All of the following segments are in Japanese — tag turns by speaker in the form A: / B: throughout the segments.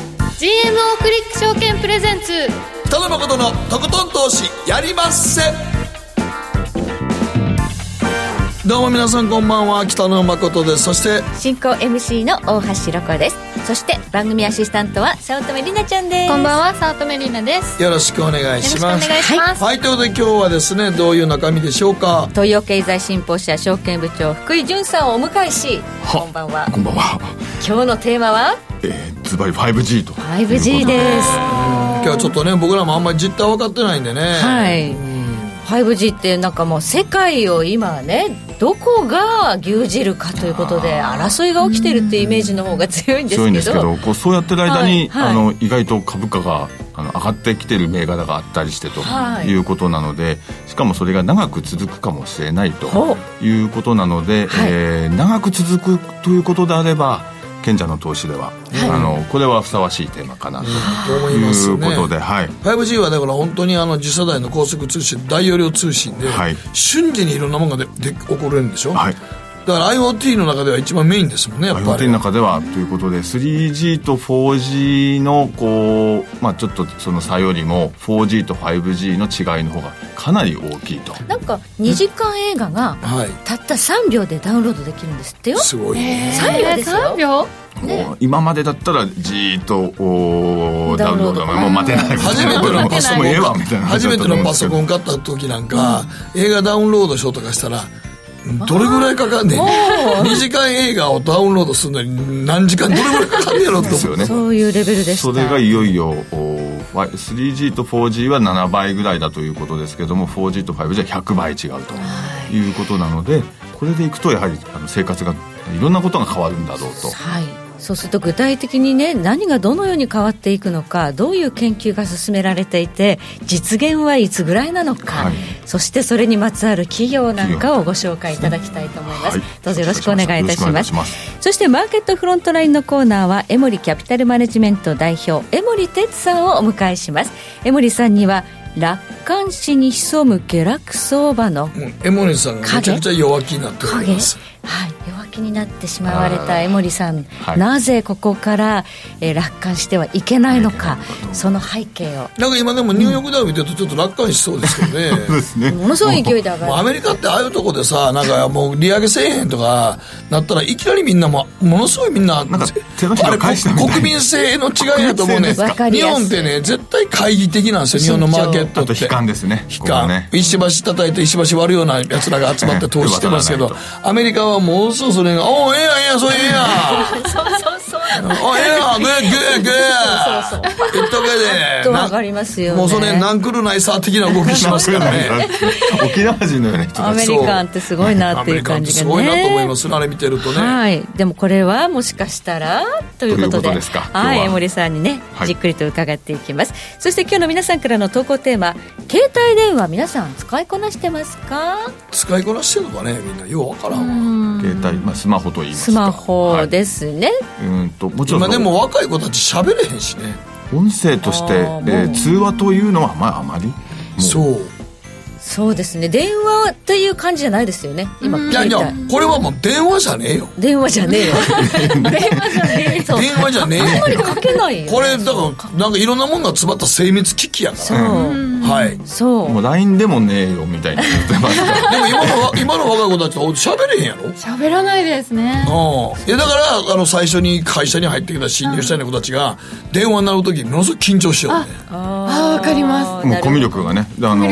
A: GMO クリック証券プレゼンツ
B: 北野誠のとことん投資やりまっせどうも皆さんこんばんは北野誠ですそして
C: 進行 MC の大橋ロコですそして番組アシスタントは早乙女里奈ちゃんです
A: こんばん
C: は
A: は早乙女里奈です
B: よろしくお願いしま
A: よろし
B: す
A: くお願いします
B: はい、ということで今日はですねどういう中身でしょうか
C: 東洋経済新報社証券部長福井潤さんをお迎えしこんばんは
D: こんばんは。
C: 今日のテーマは
D: えー、ズバリ 5G と。
C: 5G です
B: 今日はちょっとね僕らもあんまり実態分かってないんでね
C: はいい 5G ってなんかもう世界を今ねどこが牛耳るかということで争いが起きてるっていうイメージの方が強いんです
D: 強いん
C: け
D: ですけ
C: ど
D: ど、こうそうやってる間に、
C: はいはい
D: あの意外と株価があの上がってきてる銘柄があったりしてと、
C: はい
D: い、うことなので、しかもそれが長く続くかもしれない
C: ほ
D: ということなので、
C: はい
D: えー長く続くということであれば、賢者の投資では、あのこれはふさわしいテーマかなと
B: と思いま
D: い
B: す
D: う
B: ね
D: ことで、はい。
B: 5G はだから本当にあの次世代の高速通信大容量通信で、
D: はい
B: 瞬時にいろんなものがでで起こるんでしょ、
D: はい
B: だから IoT の中では一番メインですもんねやっぱ
D: IoT
B: り
D: の中ではということで 3G と 4G のこう、まあ、ちょっとその差よりも 4G と 5G の違いの方がかなり大きいと
C: なんか2時間映画が
B: はい
C: たった3秒でダウンロードできるんですってよ
B: すごいね
C: 3秒ですよ
A: 3秒
D: もう今までだったらじーっとおー
C: ダ
D: ダ
C: ウ
D: ウ
C: ン
D: ン
C: ロ
D: ロ
C: ー
D: ー
C: ド
D: ドがもう待てないみたい
B: 初めてのパソコ
D: もう
B: ン
D: ええわみたいな
B: 初めてのパソコ
D: ン
B: ン買った時なんか、映画ダウンロードしようとかしたらどれぐらいかかんねん2時間映画をダウンロードするのに何時間どれぐらいかかんねやろと
D: です
B: 思
D: よ
B: う
D: ね
C: そういうレベルでした
D: それがいよいよおー 3G と 4G は7倍ぐらいだということですけども 4G と 5G は100倍違うということなのでこれでいくとやはりあの生活がいろんなことが変わるんだろうと
C: はい、そうすると具体的にね何がどのように変わっていくのかどういう研究が進められていて実現はいつぐらいなのか、
D: はい
C: そしてそれにまつわる企業なんかをご紹介いただきたいと思います、
D: はい
C: どうぞよろしくお願いいたしま
D: よろ
C: す
D: しくお願いします
C: そしてマーケットフロントラインのコーナーは江守キャピタルマネジメント代表江守哲さんをお迎えします江守さんには楽観視に潜む下落相場の
B: もう江守さんがめちゃくちゃ弱気になっており
C: 影
B: ます
C: はい、弱気になってしまわれた江守さん、
D: はい
C: なぜここから、えー楽観してはいけないのか、その背景を。
B: なんか今でもニューヨークダウ見てるとちょっと楽観しそうですけどね
D: そう ですね
C: ものすごい勢いで上
B: もう
C: が
B: ア
C: る。
B: メリカってああいうとこでさなんかもう利上げせえへんとかなったらいきなりみんなもものすごいみんな
D: なんか手のひらを返したみたい
B: あれ
D: な
B: 国民性の違いやと思うね
C: 国民性で すかわかり
B: 日
C: やすい
B: 本ってね絶対懐疑的なんですよ日本のマーケット
D: あ
B: って
D: と悲観ですね
B: 悲
D: ここは
B: 観、
D: ね
B: 石橋叩いて石橋割るようなやつらが集まって投資してますけ
D: 手
B: ど
D: 渡ら
B: アメリカはもうすぐそれが「おおええやんええやんそれええやん」 おええやんグーグーグー言っとけで
C: どう上がりますよね
B: もうそれなんくるないさ的な動きしますからね
D: 沖縄人のような人
C: ア
D: た
C: メ
D: ち
C: リカンってすごいなっていう感じがね。
B: アメリカンってすごいなと思いますねあれ見てるとね、
C: はい、でもこれはもしかしたらということで
D: ということですか
C: はい、
D: 今日は
C: 江守さんにね、
D: はい
C: じっくりと伺っていきますそして今日の皆さんからの投稿テーマ携帯電話皆さん使いこなしてますか
B: 使いこなしてんのかねみんなようわからんわ
D: 携帯、まあ、スマホと言います
C: ス
D: か
C: マホ
D: はい
C: ですね、
D: うんともちろん
B: 今でも若い子たち喋れへんしね
D: 音声として、え
C: あーも
D: ー
C: う
D: 通話というのはまああまりもう
B: そう
C: そうですね電話っていう感じじゃないですよね今
B: いやい
C: 携
B: や
C: 帯
B: これはもう電話じゃねえよ
C: 電話じゃねえよ 電話じゃねえそう
B: 電話じゃね
C: あん
B: え
C: まり
B: よ
C: かけないよ
B: これだからなんかいろんなもんが詰まった精密機器やか
C: そう、
B: らはいで
C: うそう
D: もう LINE でもねえよみたいに言ってますから
B: も今のわ今の若い子たちは喋れへんやろ
A: 喋らないですね
B: うん、いやだからあの最初に会社に入ってきた新入社員の子たちが電話になる時ものすごく緊張しようね
A: あーわかります
D: もうコミュ力がねあのも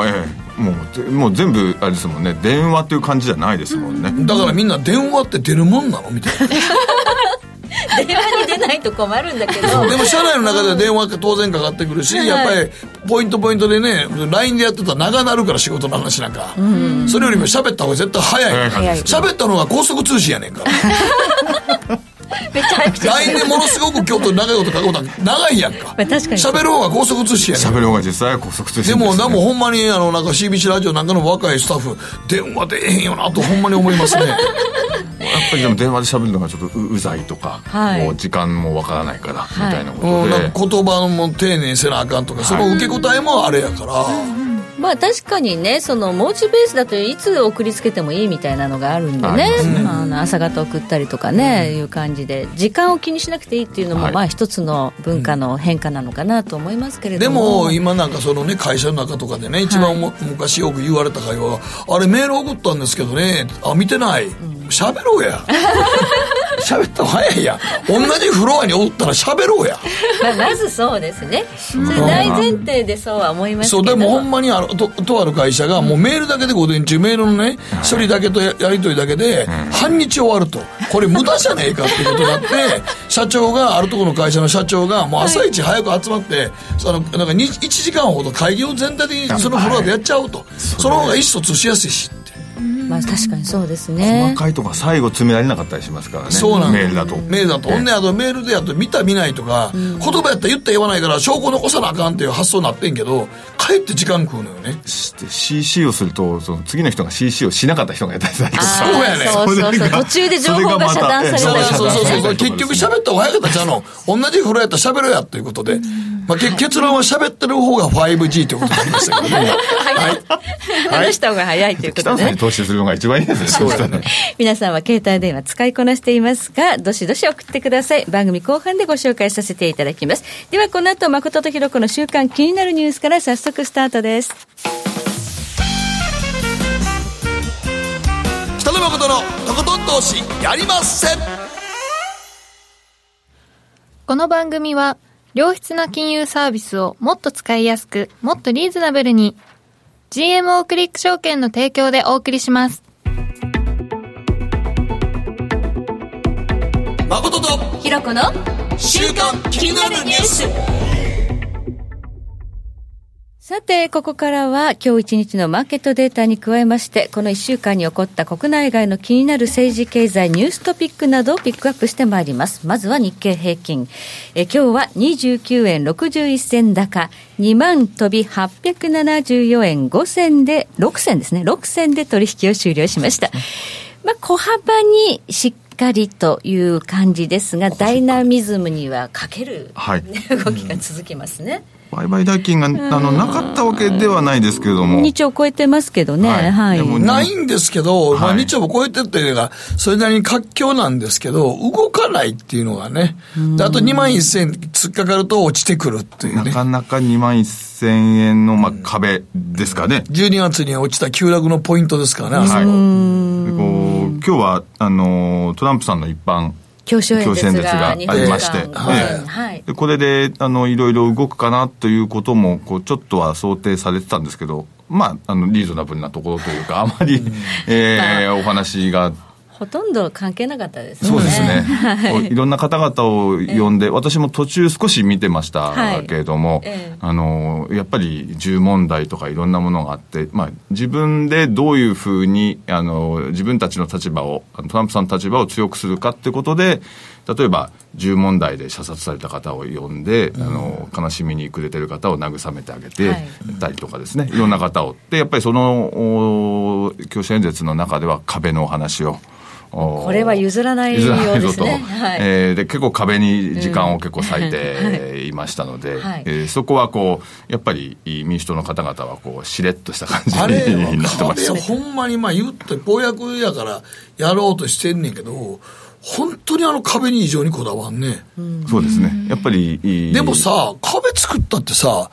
D: うええもうぜもう全部あれですもんね電話という感じじゃないですもんね、
B: だからみんな電話って出るもんなのみたいな
C: 電話に出ないと困るんだけど
B: でも社内の中では電話が当然かかってくるし、
C: はい
B: やっぱりポイントポイントでね LINE でやってたら長なるから仕事の話なんか、それよりも喋った方が絶対早い
D: 早い
B: 喋ったのが高速通信やねんから
C: めちゃくちゃ
B: LINE でものすごく今日と長いこと書くことは長いやんか
C: まあ確かに
B: 喋る方が高速通信やねん
D: 喋る方が実際は高速通
B: で
D: 信
B: も、
D: す
B: で
D: ね
B: もほんまに、あの、なんか CBC ラジオなんかの若いスタッフ、電話出えへんよなとほんまに思いますね。
D: やっぱりでも電話で喋るのがちょっとううざいとか、
C: はい
D: もう時間もわからないから、みたいなこ
B: うん、
D: とで、
B: なんか言葉も丁寧にせなあかんとか、その受け答えもあれやから、
C: まあ確かにねその文字ベースだといつ送りつけてもいいみたいなのがあるんで
D: あ
C: ね
D: りますね
C: あの朝方送ったりとかね、いう感じで時間を気にしなくていいっていうのも、
D: はい
C: まあ一つの文化の変化なのかなと思いますけれ
B: で
C: ども
B: も今なんかそのね会社の中とかでね一番も、昔よく言われた会話が「あれメール送ったんですけどねあ見てない喋、ろう や」喋った方が早いや同じフロアにおったら喋ろうや
C: まあ、まずそうですねそれ大前提でそうは思いますけ
B: そう
C: ど
B: でもほんまにあのととある会社がもうメールだけで午前中メールのね処理だけとややり取りだけで半日終わるとこれ無駄じゃねえかってことになって社長があるところの会社の社長がもう朝一早く集まってそのなんかに1時間ほど会議を全体的にそのフロアでやっちゃおうとその方が意思疎通しやすいしって
C: まあ確かにそうです
D: 細
C: ね
D: かいとか最後詰められなかったりしますからね
B: そうなん
D: メールだと
B: メールだとほんであとメールでやと見た見ないとか言葉やったら言った言わないから証拠残さなあかんっていう発想になってんけどかえって時間食うのよね
D: して CC をするとその次の人が CC をしなかった人がやったりしたりとか
C: あ
B: そうやね
C: ーそうそうそう途中で情報が遮断され
B: そう
C: たり
B: そ
C: と
B: う
C: か
B: そうそう
C: ね
B: そう結局喋った方が早かったじゃうの同じフロアやったら喋ろうやということで、まあ、け結論は喋ってる方が 5G ということになりましたけ どね
C: 話した方が早いということ
D: 北野
C: で
D: さん
C: ね
D: に投資するのが一番いいですねそうしたらね
C: 皆さんは携帯電話使いこなしていますが、どしどし送ってください。番組後半でご紹介させていただきます。ではこの後、誠とひろこの週間気になるニュースから早速スタートです。
B: 北野誠のとことん投資やりません
A: この番組は、良質な金融サービスをもっと使いやすく、もっとリーズナブルに、GMO クリック証券の提供でお送りします。
B: 誠と
C: ひろこの
B: 週刊気になるニュース
C: さて、ここからは今日一日のマーケットデータに加えまして、この1週間に起こった国内外の気になる政治経済ニューストピックなどをピックアップしてまいります。まずは日経平均。え今日は29円61銭高、2万飛び874円5銭で、6銭ですね、6銭で取引を終了しました。まあ、小幅にしっかりという感じですが、ダイナミズムには欠ける、
D: はい
C: 動きが続きますね。
D: 売買代金があのなかったわけではないですけれども
C: 2兆超えてますけどね、は。
D: はいいでも
B: ないんですけど、ま
D: は
B: あ、
D: い
B: 日曜も超えてっていうのが、それなりに活況なんですけど、動かないっていうのがね、であと2万1000円突っかかると落ちてくるっていう
D: な
B: ね、
D: かなか2万1000円の、まあ、壁ですかね。
B: 12月に落ちた急落のポイントですからね、あそこ
D: はい、でこう今日はあのトランプさんの一般
C: 教師演
D: 教
C: 説
D: 師演説が
C: が
D: ありまし
C: 日本時
D: て、
C: 間午前
D: ええ
C: はい
D: でこれであのいろいろ動くかなということもこうちょっとは想定されてたんですけど、まあ、あのリーズナブルなところというかあまり、ええお話が
C: ほとんど関係なかったですね。
D: そうですね。こういろんな方々を呼んで、私も途中少し見てましたけれども、
C: ええ
D: あの、やっぱり銃問題とかいろんなものがあって、まあ、自分でどういうふうに、あの、自分たちの立場を、あのトランプさんの立場を強くするかってことで、例えば、銃問題で射殺された方を呼んで、あの、悲しみに暮れてる方を慰めてあげて、
C: はい
D: たりとかですね、いろんな方を。で、やっぱりその、お教師演説の中では壁のお話を、お
C: これは譲らないようですね
D: 譲らないぞと
C: はい
D: えーで結構壁に時間を結構割いていましたので、
C: はい
D: えーそこはこうやっぱり民主党の方々はこうしれっとした感じ
B: あれは
D: になってまし
B: 壁
D: た
B: をほんまにまあ言って公約やからやろうとしてんねんけど本当にあの壁に異常にこだわんね、
D: そうですねやっぱりいい
B: でもさ壁作ったってさ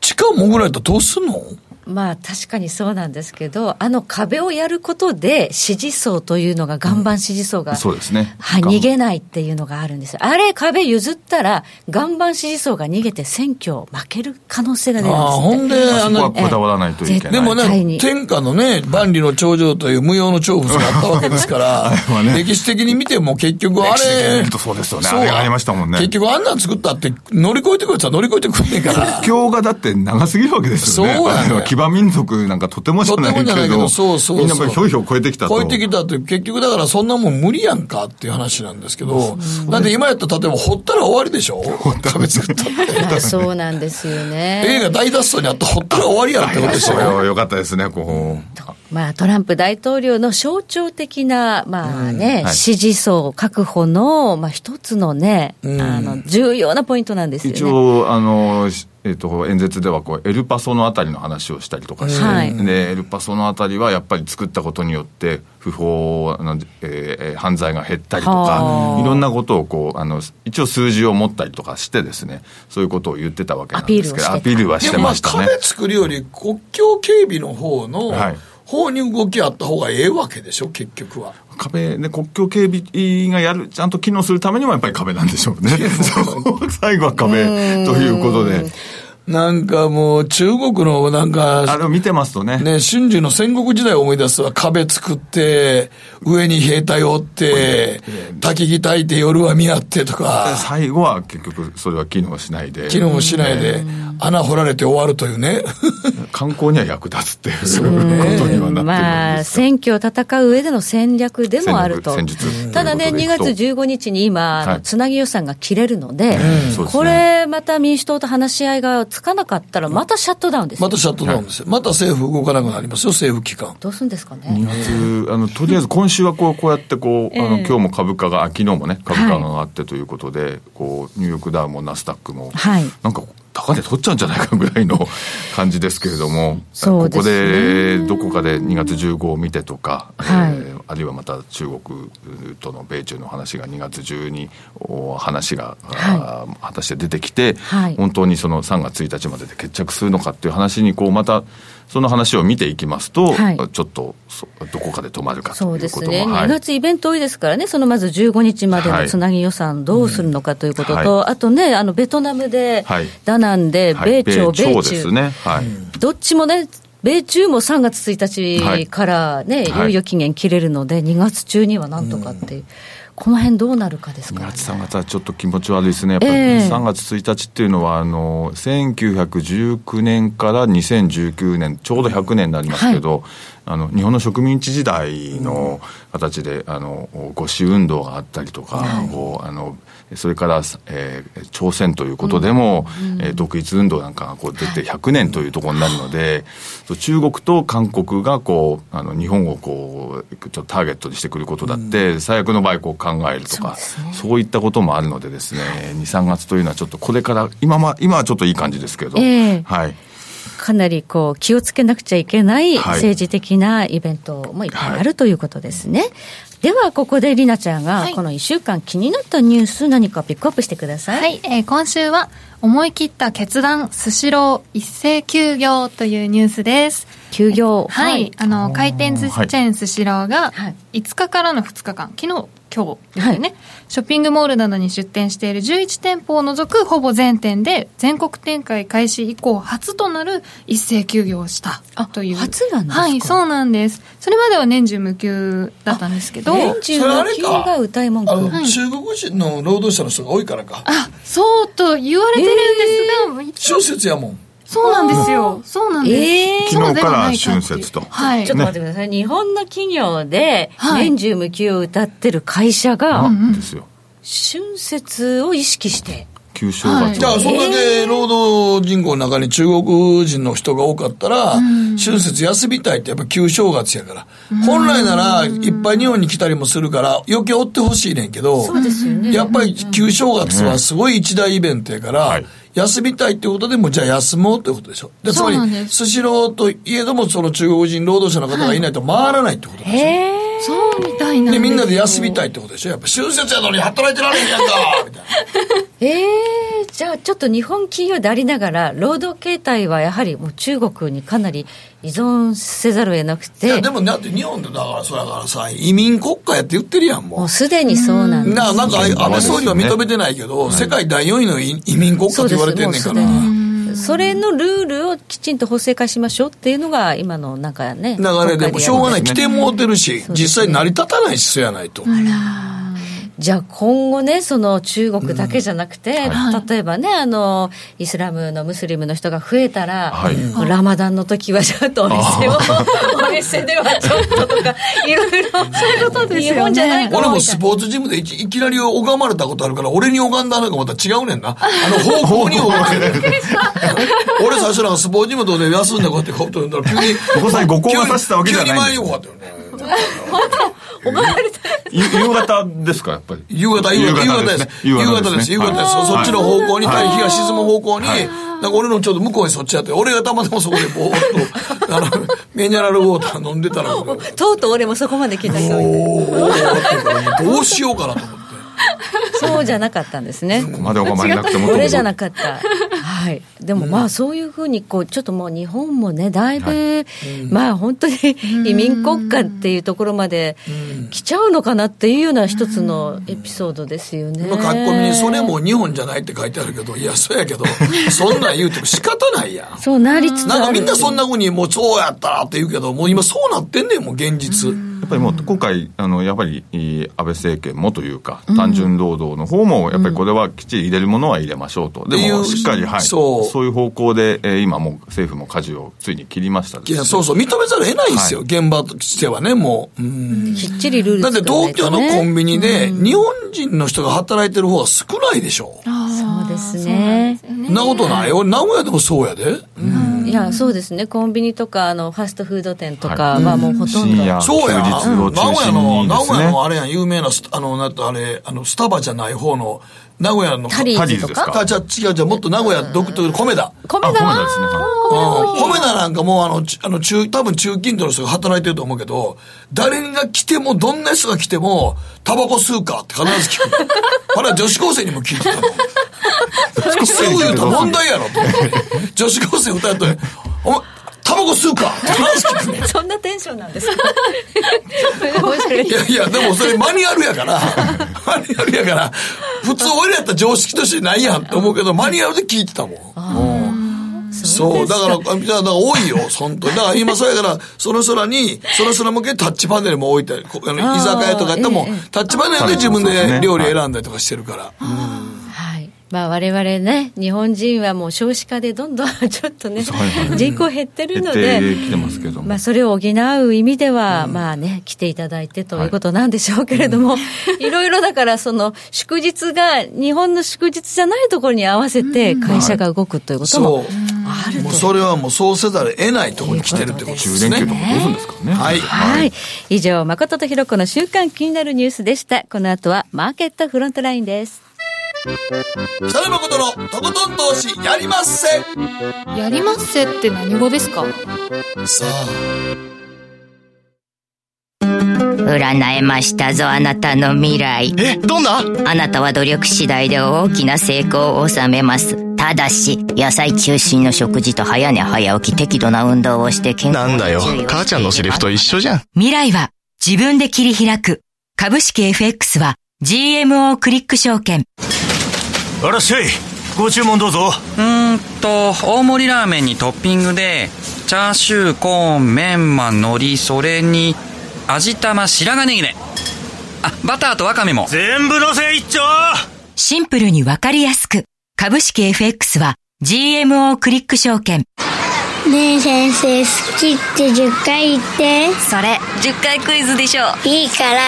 B: 地下潜られたらどうすんの
C: まあ確かにそうなんですけど、あの壁をやることで支持層というのが、岩盤支持層が、
D: そうですね
C: はい、逃げないっていうのがあるんです。あれ壁譲ったら、岩盤支持層が逃げて選挙を負ける可能性が出るん
B: ああほ
C: です
B: ん
C: って。
B: であ
D: そこは
B: の
D: こだわらないといけない
B: でも
C: 絶対
B: ね
C: に
B: 天下のね万里の長城という無用の長物があったわけですから
D: はね
B: 歴史的に見ても結局あ
D: 歴史的に
B: れ
D: 見るとそうですよねあれがありましたもんね
B: 結局あんなん作ったって乗り越えてくるやつは乗り越えてくんねんから
D: 国境がだって長すぎるわけですよね
B: そうなのよ
D: あの騎馬民族なんかとてもじゃない
B: とてもじ
D: け
B: ゃないけ
D: ど
B: どそうそうそう
D: みんなやっぱりひょいひょい超えてきたと
B: 超えてきたって、結局だからそんなもん無理やんかっていう話なんですけど、だって今やったら例えば掘ったら終わりでしょ壁作ったって。
C: まあそうなんですよね。
B: 映画大脱走にあった掘ったら終わりやんってことでし
D: そ
B: ょ
D: れは良かったですねこう
C: まあ、トランプ大統領の象徴的な、まあね、
D: はい
C: 支持層確保の、まあ、一つのね、あの、重要なポイントなんですよね。
D: 一応あのしえっと演説ではこうエルパソのあたりの話をしたりとかして、
C: はい
D: でエルパソのあたりはやっぱり作ったことによって不法あの、えー犯罪が減ったりと
C: は
D: か
C: あ
D: いろんなことをこうあの一応数字を持ったりとかしてですねそういうことを言ってたわけなんですけど
C: ア
D: ア
C: ピ
D: ピ
C: ー
D: ー
C: ル
D: ルはし
B: で
D: て
B: もま
D: ま
B: あ
D: したね
B: 壁。作るより国境警備の方の
D: はい
B: 方に動きあった方がええわけでしょ結局は。
D: 壁で国境警備がやるちゃんと機能するためにもやっぱり壁なんでしょうねそう最後は壁ということで
B: なんかもう中国のなん
D: あ
B: か
D: れを見てますとね
B: ね、春秋の戦国時代を思い出すわ。壁作って、上に兵隊を追って、焚き火焚いて夜は見合ってとか。
D: 最後は結局それは機能しないで
B: 機能もしないで、穴掘られて終わるというね。
D: 観光には役立つっていうことには
C: ま
D: なってるん
C: あ、
D: ですが
C: 選挙を戦う上での戦略でもあると
D: 戦略戦術
C: ただね、
D: とい
C: 2
D: うこと
C: 月
D: でいくと
C: 15日に今、
D: はい
C: つなぎ予算が切れるので、
D: そうですね
C: これ、また民主党と話し合いがつかなかったら、またシャットダウンですよ、
B: またシャットダウンですよ。また政府動かなくなりますよ、政府機関。
C: どうするんですかね。
D: 2月あのとりあえず今週はこうこうやっ てこう、あの今日も株価があ昨日もね株価が上がってということで、こうニューヨークダウもナスダックも、
C: はい
D: なんか高値取っちゃうんじゃないかぐらいの感じですけれども、
C: そうですね
D: ここでどこかで2月15を見てとか、
C: はい
D: ーあるいはまた中国との米中の話が2月12お話が、あー果たして出てきて、
C: はい
D: 本当にその3月1日までで決着するのかっていう話にこうまたその話を見ていきますと、
C: はい
D: ちょっとそどこかで止まるか
C: そ
D: と
C: う
D: い
C: で
D: うこ
C: す
D: とも、
C: ね、2
D: はい
C: 月イベント多いですからね、そのまず15日までのつなぎ予算、どうするのかということと、
D: は
C: あとね、あのベトナムで、
D: はい
C: ダナンで、
D: は
C: 米
D: い
C: 朝、
D: 米
C: 米
D: 朝で
C: 中、
D: すね。はい、
C: どっちもね、米中も3月1日からね、
D: はい
C: 猶予期限切れるので、2月中にはなんとかっていう、この辺どうなるかです
D: 2
C: から、ね
D: 月、3月はちょっと気持ち悪いですね、やっぱり、
C: ええ
D: 3月1日っていうのはあの、1919年から2019年、ちょうど100年になりますけど、あの日本の植民地時代の形で、あの五四運動があったりとか、こうあのそれから、えー朝鮮ということでも、えー独立運動なんかがこう出て100年というところになるので、そう中国と韓国がこうあの日本をこうちょっとターゲットにしてくることだって、最悪の場合こう考えるとかそう,、いったこともあるのでですね23月というのはちょっとこれから今,、ま、今はちょっといい感じですけど、
C: ええ
D: はい、
C: かなりこう気をつけなくちゃいけない
D: はい
C: 政治的なイベントもいっぱいあるということですね。では、ここでりなちゃんが
A: はい、
C: この1週間気になったニュース、何かピックアップしてください。
A: はい、えー今週は思い切った決断スシロー一斉休業というニュースです
C: 休業。
A: はい、あの回転寿
D: は
A: 司
D: い
A: チェーンスシローが
C: はい
A: 5日からの2日間昨日今日ですよね、
C: は
A: ショッピングモールなどに出店している11店舗を除くほぼ全店で全国展開開始以降初となる一斉休業をした
C: あ
A: という
C: 初なんですか
A: はいそうなんですそれまでは年中無休だったんですけど
C: 年中の休が歌い文句
B: あ。の、
A: はい
B: 中国人の労働者の人が多いからか。
A: あそうと言われてるんですが、一応
B: 春節やもん。
A: そうなんですよそうなんです、
C: えー
A: そうでもない
D: 昨日から春節と
A: はい
C: ちょっと待ってください、日本の企業で
A: はい
C: 年中無休を歌ってる会社
D: あ
C: が、
D: ですよ
C: 春節を意識して、
D: 旧正月、
A: はい
B: じゃあ、それで労働人口の中に中国人の人が多かったら、春節休みたいってやっぱ旧正月やから。本来なら、いっぱい日本に来たりもするから、余計追ってほしいねんけど、
C: そうですよね
B: やっぱり旧正月はすごい一大イベントやから、
D: はい
B: 休みたいってことでもうじゃあ休もうってことでしょ。でつまり
A: そうなんで、す
B: スシローといえどもその中国人労働者の方がいないと回らないってことでしょ。
C: えー
A: そうみたいなんす
B: で、みんなで休みたいってことでしょ。やっぱ春節やのに働いてられんやんかみたいな。
C: えー、じゃあちょっと日本企業でありながら労働形態はやはりもう中国にかなり依存せざるを得なく
B: いや、
C: て
B: でもだって日本でだから、それからさ、移民国家やって言ってるやん、
C: も
B: も
C: うすでにそうな
B: う。
C: んで
B: な、なんか、あ安倍総理は
D: そうですね
B: 認めてないけど、世界第4位の移移民国
C: す
B: 家
C: そ
B: って
C: うで
B: 言われて
C: す
B: ん
C: もう
B: ねんか
C: す
B: ら
C: で。にそれのルールをきちんと法制化しましょうっていうのが今のなんかね
B: 流れでもしょうがない。規
C: 国会で
B: 定
C: やる
B: もうてるし、
C: ね
B: 実際成り立たないし、そうやないと。
C: じゃあ今後ねその中国だけじゃなくて、
A: はい
C: 例えばねあのイスラムのムスリムの人が増えたら、
D: はい
C: もうラマダンの時はちょっとお店を お店ではちょっととかいろいろそういうこと
A: ですよね
C: 日本じゃない か
B: 俺
C: も
B: も
C: みたい
B: ス
C: な
B: ポーツジムでいきいきなり拝まれたことあるから、俺に拝んだのがまた違うねんな。あの方向に拝まれ る。俺最初なんかスポーツジムとで休んでこうやってコット呼んだら急に。
D: お子さんにご高がさしたわけじゃないんです
B: 急に前にこうやってね。
D: ゆ夕方ですかやっぱり
B: 夕方、夕方、夕方です。夕方です。
D: 夕方ですね
B: 夕方です。そっちの方向に、
D: はい
B: 太陽が沈む方向に、なんか俺のちょうど向こうにそっちやって、俺がたまたまそこでぼーっと、あの、ミネラルウォーター飲んでたら、もう、
C: とうとう俺もそこまで来た
B: おー
C: 人
B: おーおーどうしようかなと思って。
C: そうじゃなかったんですね
D: ここまでお構いなくても
C: 俺じゃな
D: く
C: かった。はい。でもまあそういうふうにこう、ちょっともう日本もね、だいぶ、まあ本当に移民国家っていうところまで来ちゃうのかなっていうような一つのエピソードですよね。
B: 今書き込みに、それも日本じゃないって書いてあるけど、いや、そうやけど、そんなん言うても仕方ないやん。
C: そうなりつつあ
B: な
C: る。
B: んかみんなそんなふうに、もうそうやったらって言うけど、もう今そうなってんねん、もう現実。
D: やっぱりもう今回あのやっぱりえー安倍政権もというか単純労働の方もやっぱりこれはきっちり入れるものは入れましょうと、
B: って
D: で
B: いう
D: もしっかりはい
B: そう
D: いう方向で、えー今もう政府も舵をついに切りましたです
B: いや、そうそう、認めざるを得ないですよ、現場としてはね、もう。うん
C: きっちりルール
B: だって
C: 作らな
B: 東
C: い
B: 京
C: と
B: の
C: ね
B: コンビニで、日本人の人が働いてる方は少ないでしょ。
C: そうですね
A: そうなんですよね
B: なことないよ。名古屋でもそうやで。うん
C: いや、そうですね。コンビニとか、あの、ファストフード店とか
D: はい
C: はもうほとんど。
D: 深夜
B: そうや。
D: 休日を中心
B: の、
D: にで
B: 名
D: すね
B: 古屋のあれやん、有名なス、あの、なんとあれ、あの、スタバじゃない方の、名古屋の、
C: タリーズと
D: タリーズです
C: か
D: か。
B: あ、じゃあ違うじゃあもっと名古屋独特の米だ。
C: 米
D: あ
C: 田
D: 米田
C: は
D: ですねは
B: うん、米田なんかもうあの、ちあの中、多分中近所の人が働いてると思うけど、誰が来ても、どんな人が来ても、タバコ吸うかって必ず聞 く。あれは女子高生にも聞いてたの。すぐ言うと問題やろと思って。女子高生歌うと、お前、タバコ吸うかって必ず 聞くね。
C: そんなテンションなんですか
B: いやいや、でもそれマニュアルやから、マニュアルやから、普通俺らやったら常識としてないやんと思うけど、マニュアルで聞いてたもん。うんそう、だから、あだから多いよ、本当に。だから今そうやから、その空に、その空向けタッチパネルも置いたり、こあの
C: あー
B: 居酒屋とかやったらもう
C: ええええ
B: タッチパネルで自分で料理選んだりとかしてるから。
C: はい。まあ我々ね、日本人はもう少子化でどんどん ちょっとね、人口減ってる
D: 減
C: の
D: って
C: で、
D: きてますけども、
C: まあそれを補う意味では、まあね、来ていただいてということなんでしょうけれども、い、ろいろだからその祝日が日本の祝日じゃないところに合わせて会社が動くということも、
B: そう。もうそれはもうそうせざるを得ないところに来てるってことで
D: 中
B: す
D: 連休とか
B: ね。
D: どうするんですかね
B: はい
C: はい。以上、誠とひろこの週間気になるニュースでした。この後はマーケットフロントラインです。
B: 北野誠のとことん投資やりまっせ
A: やりまっせって何語ですか
B: さあ、
E: 占えましたぞあなたの未来
F: えどんな
E: あなたは努力次第で大きな成功を収めますただし野菜中心の食事と早寝早起き適度な運動をして健康
F: なんだよ
E: に注意をしていれ。ば
F: 母ちゃんのセリフと一緒じゃん。
E: 未来は自分で切り開く株式 FX は GMO クリック証券
G: あらっしゃいご注文どうぞ
H: うーんと大盛りラーメンにトッピングでチャーシューコーンメンマ海苔それに味玉白髪ネギねあバターとワカメも
G: 全部のせ一丁
E: シンプルにわかりやすく株式 FX は GMO クリック証券
I: ねえ先生好きって10回言って
J: それ10回クイズでしょ
I: いいから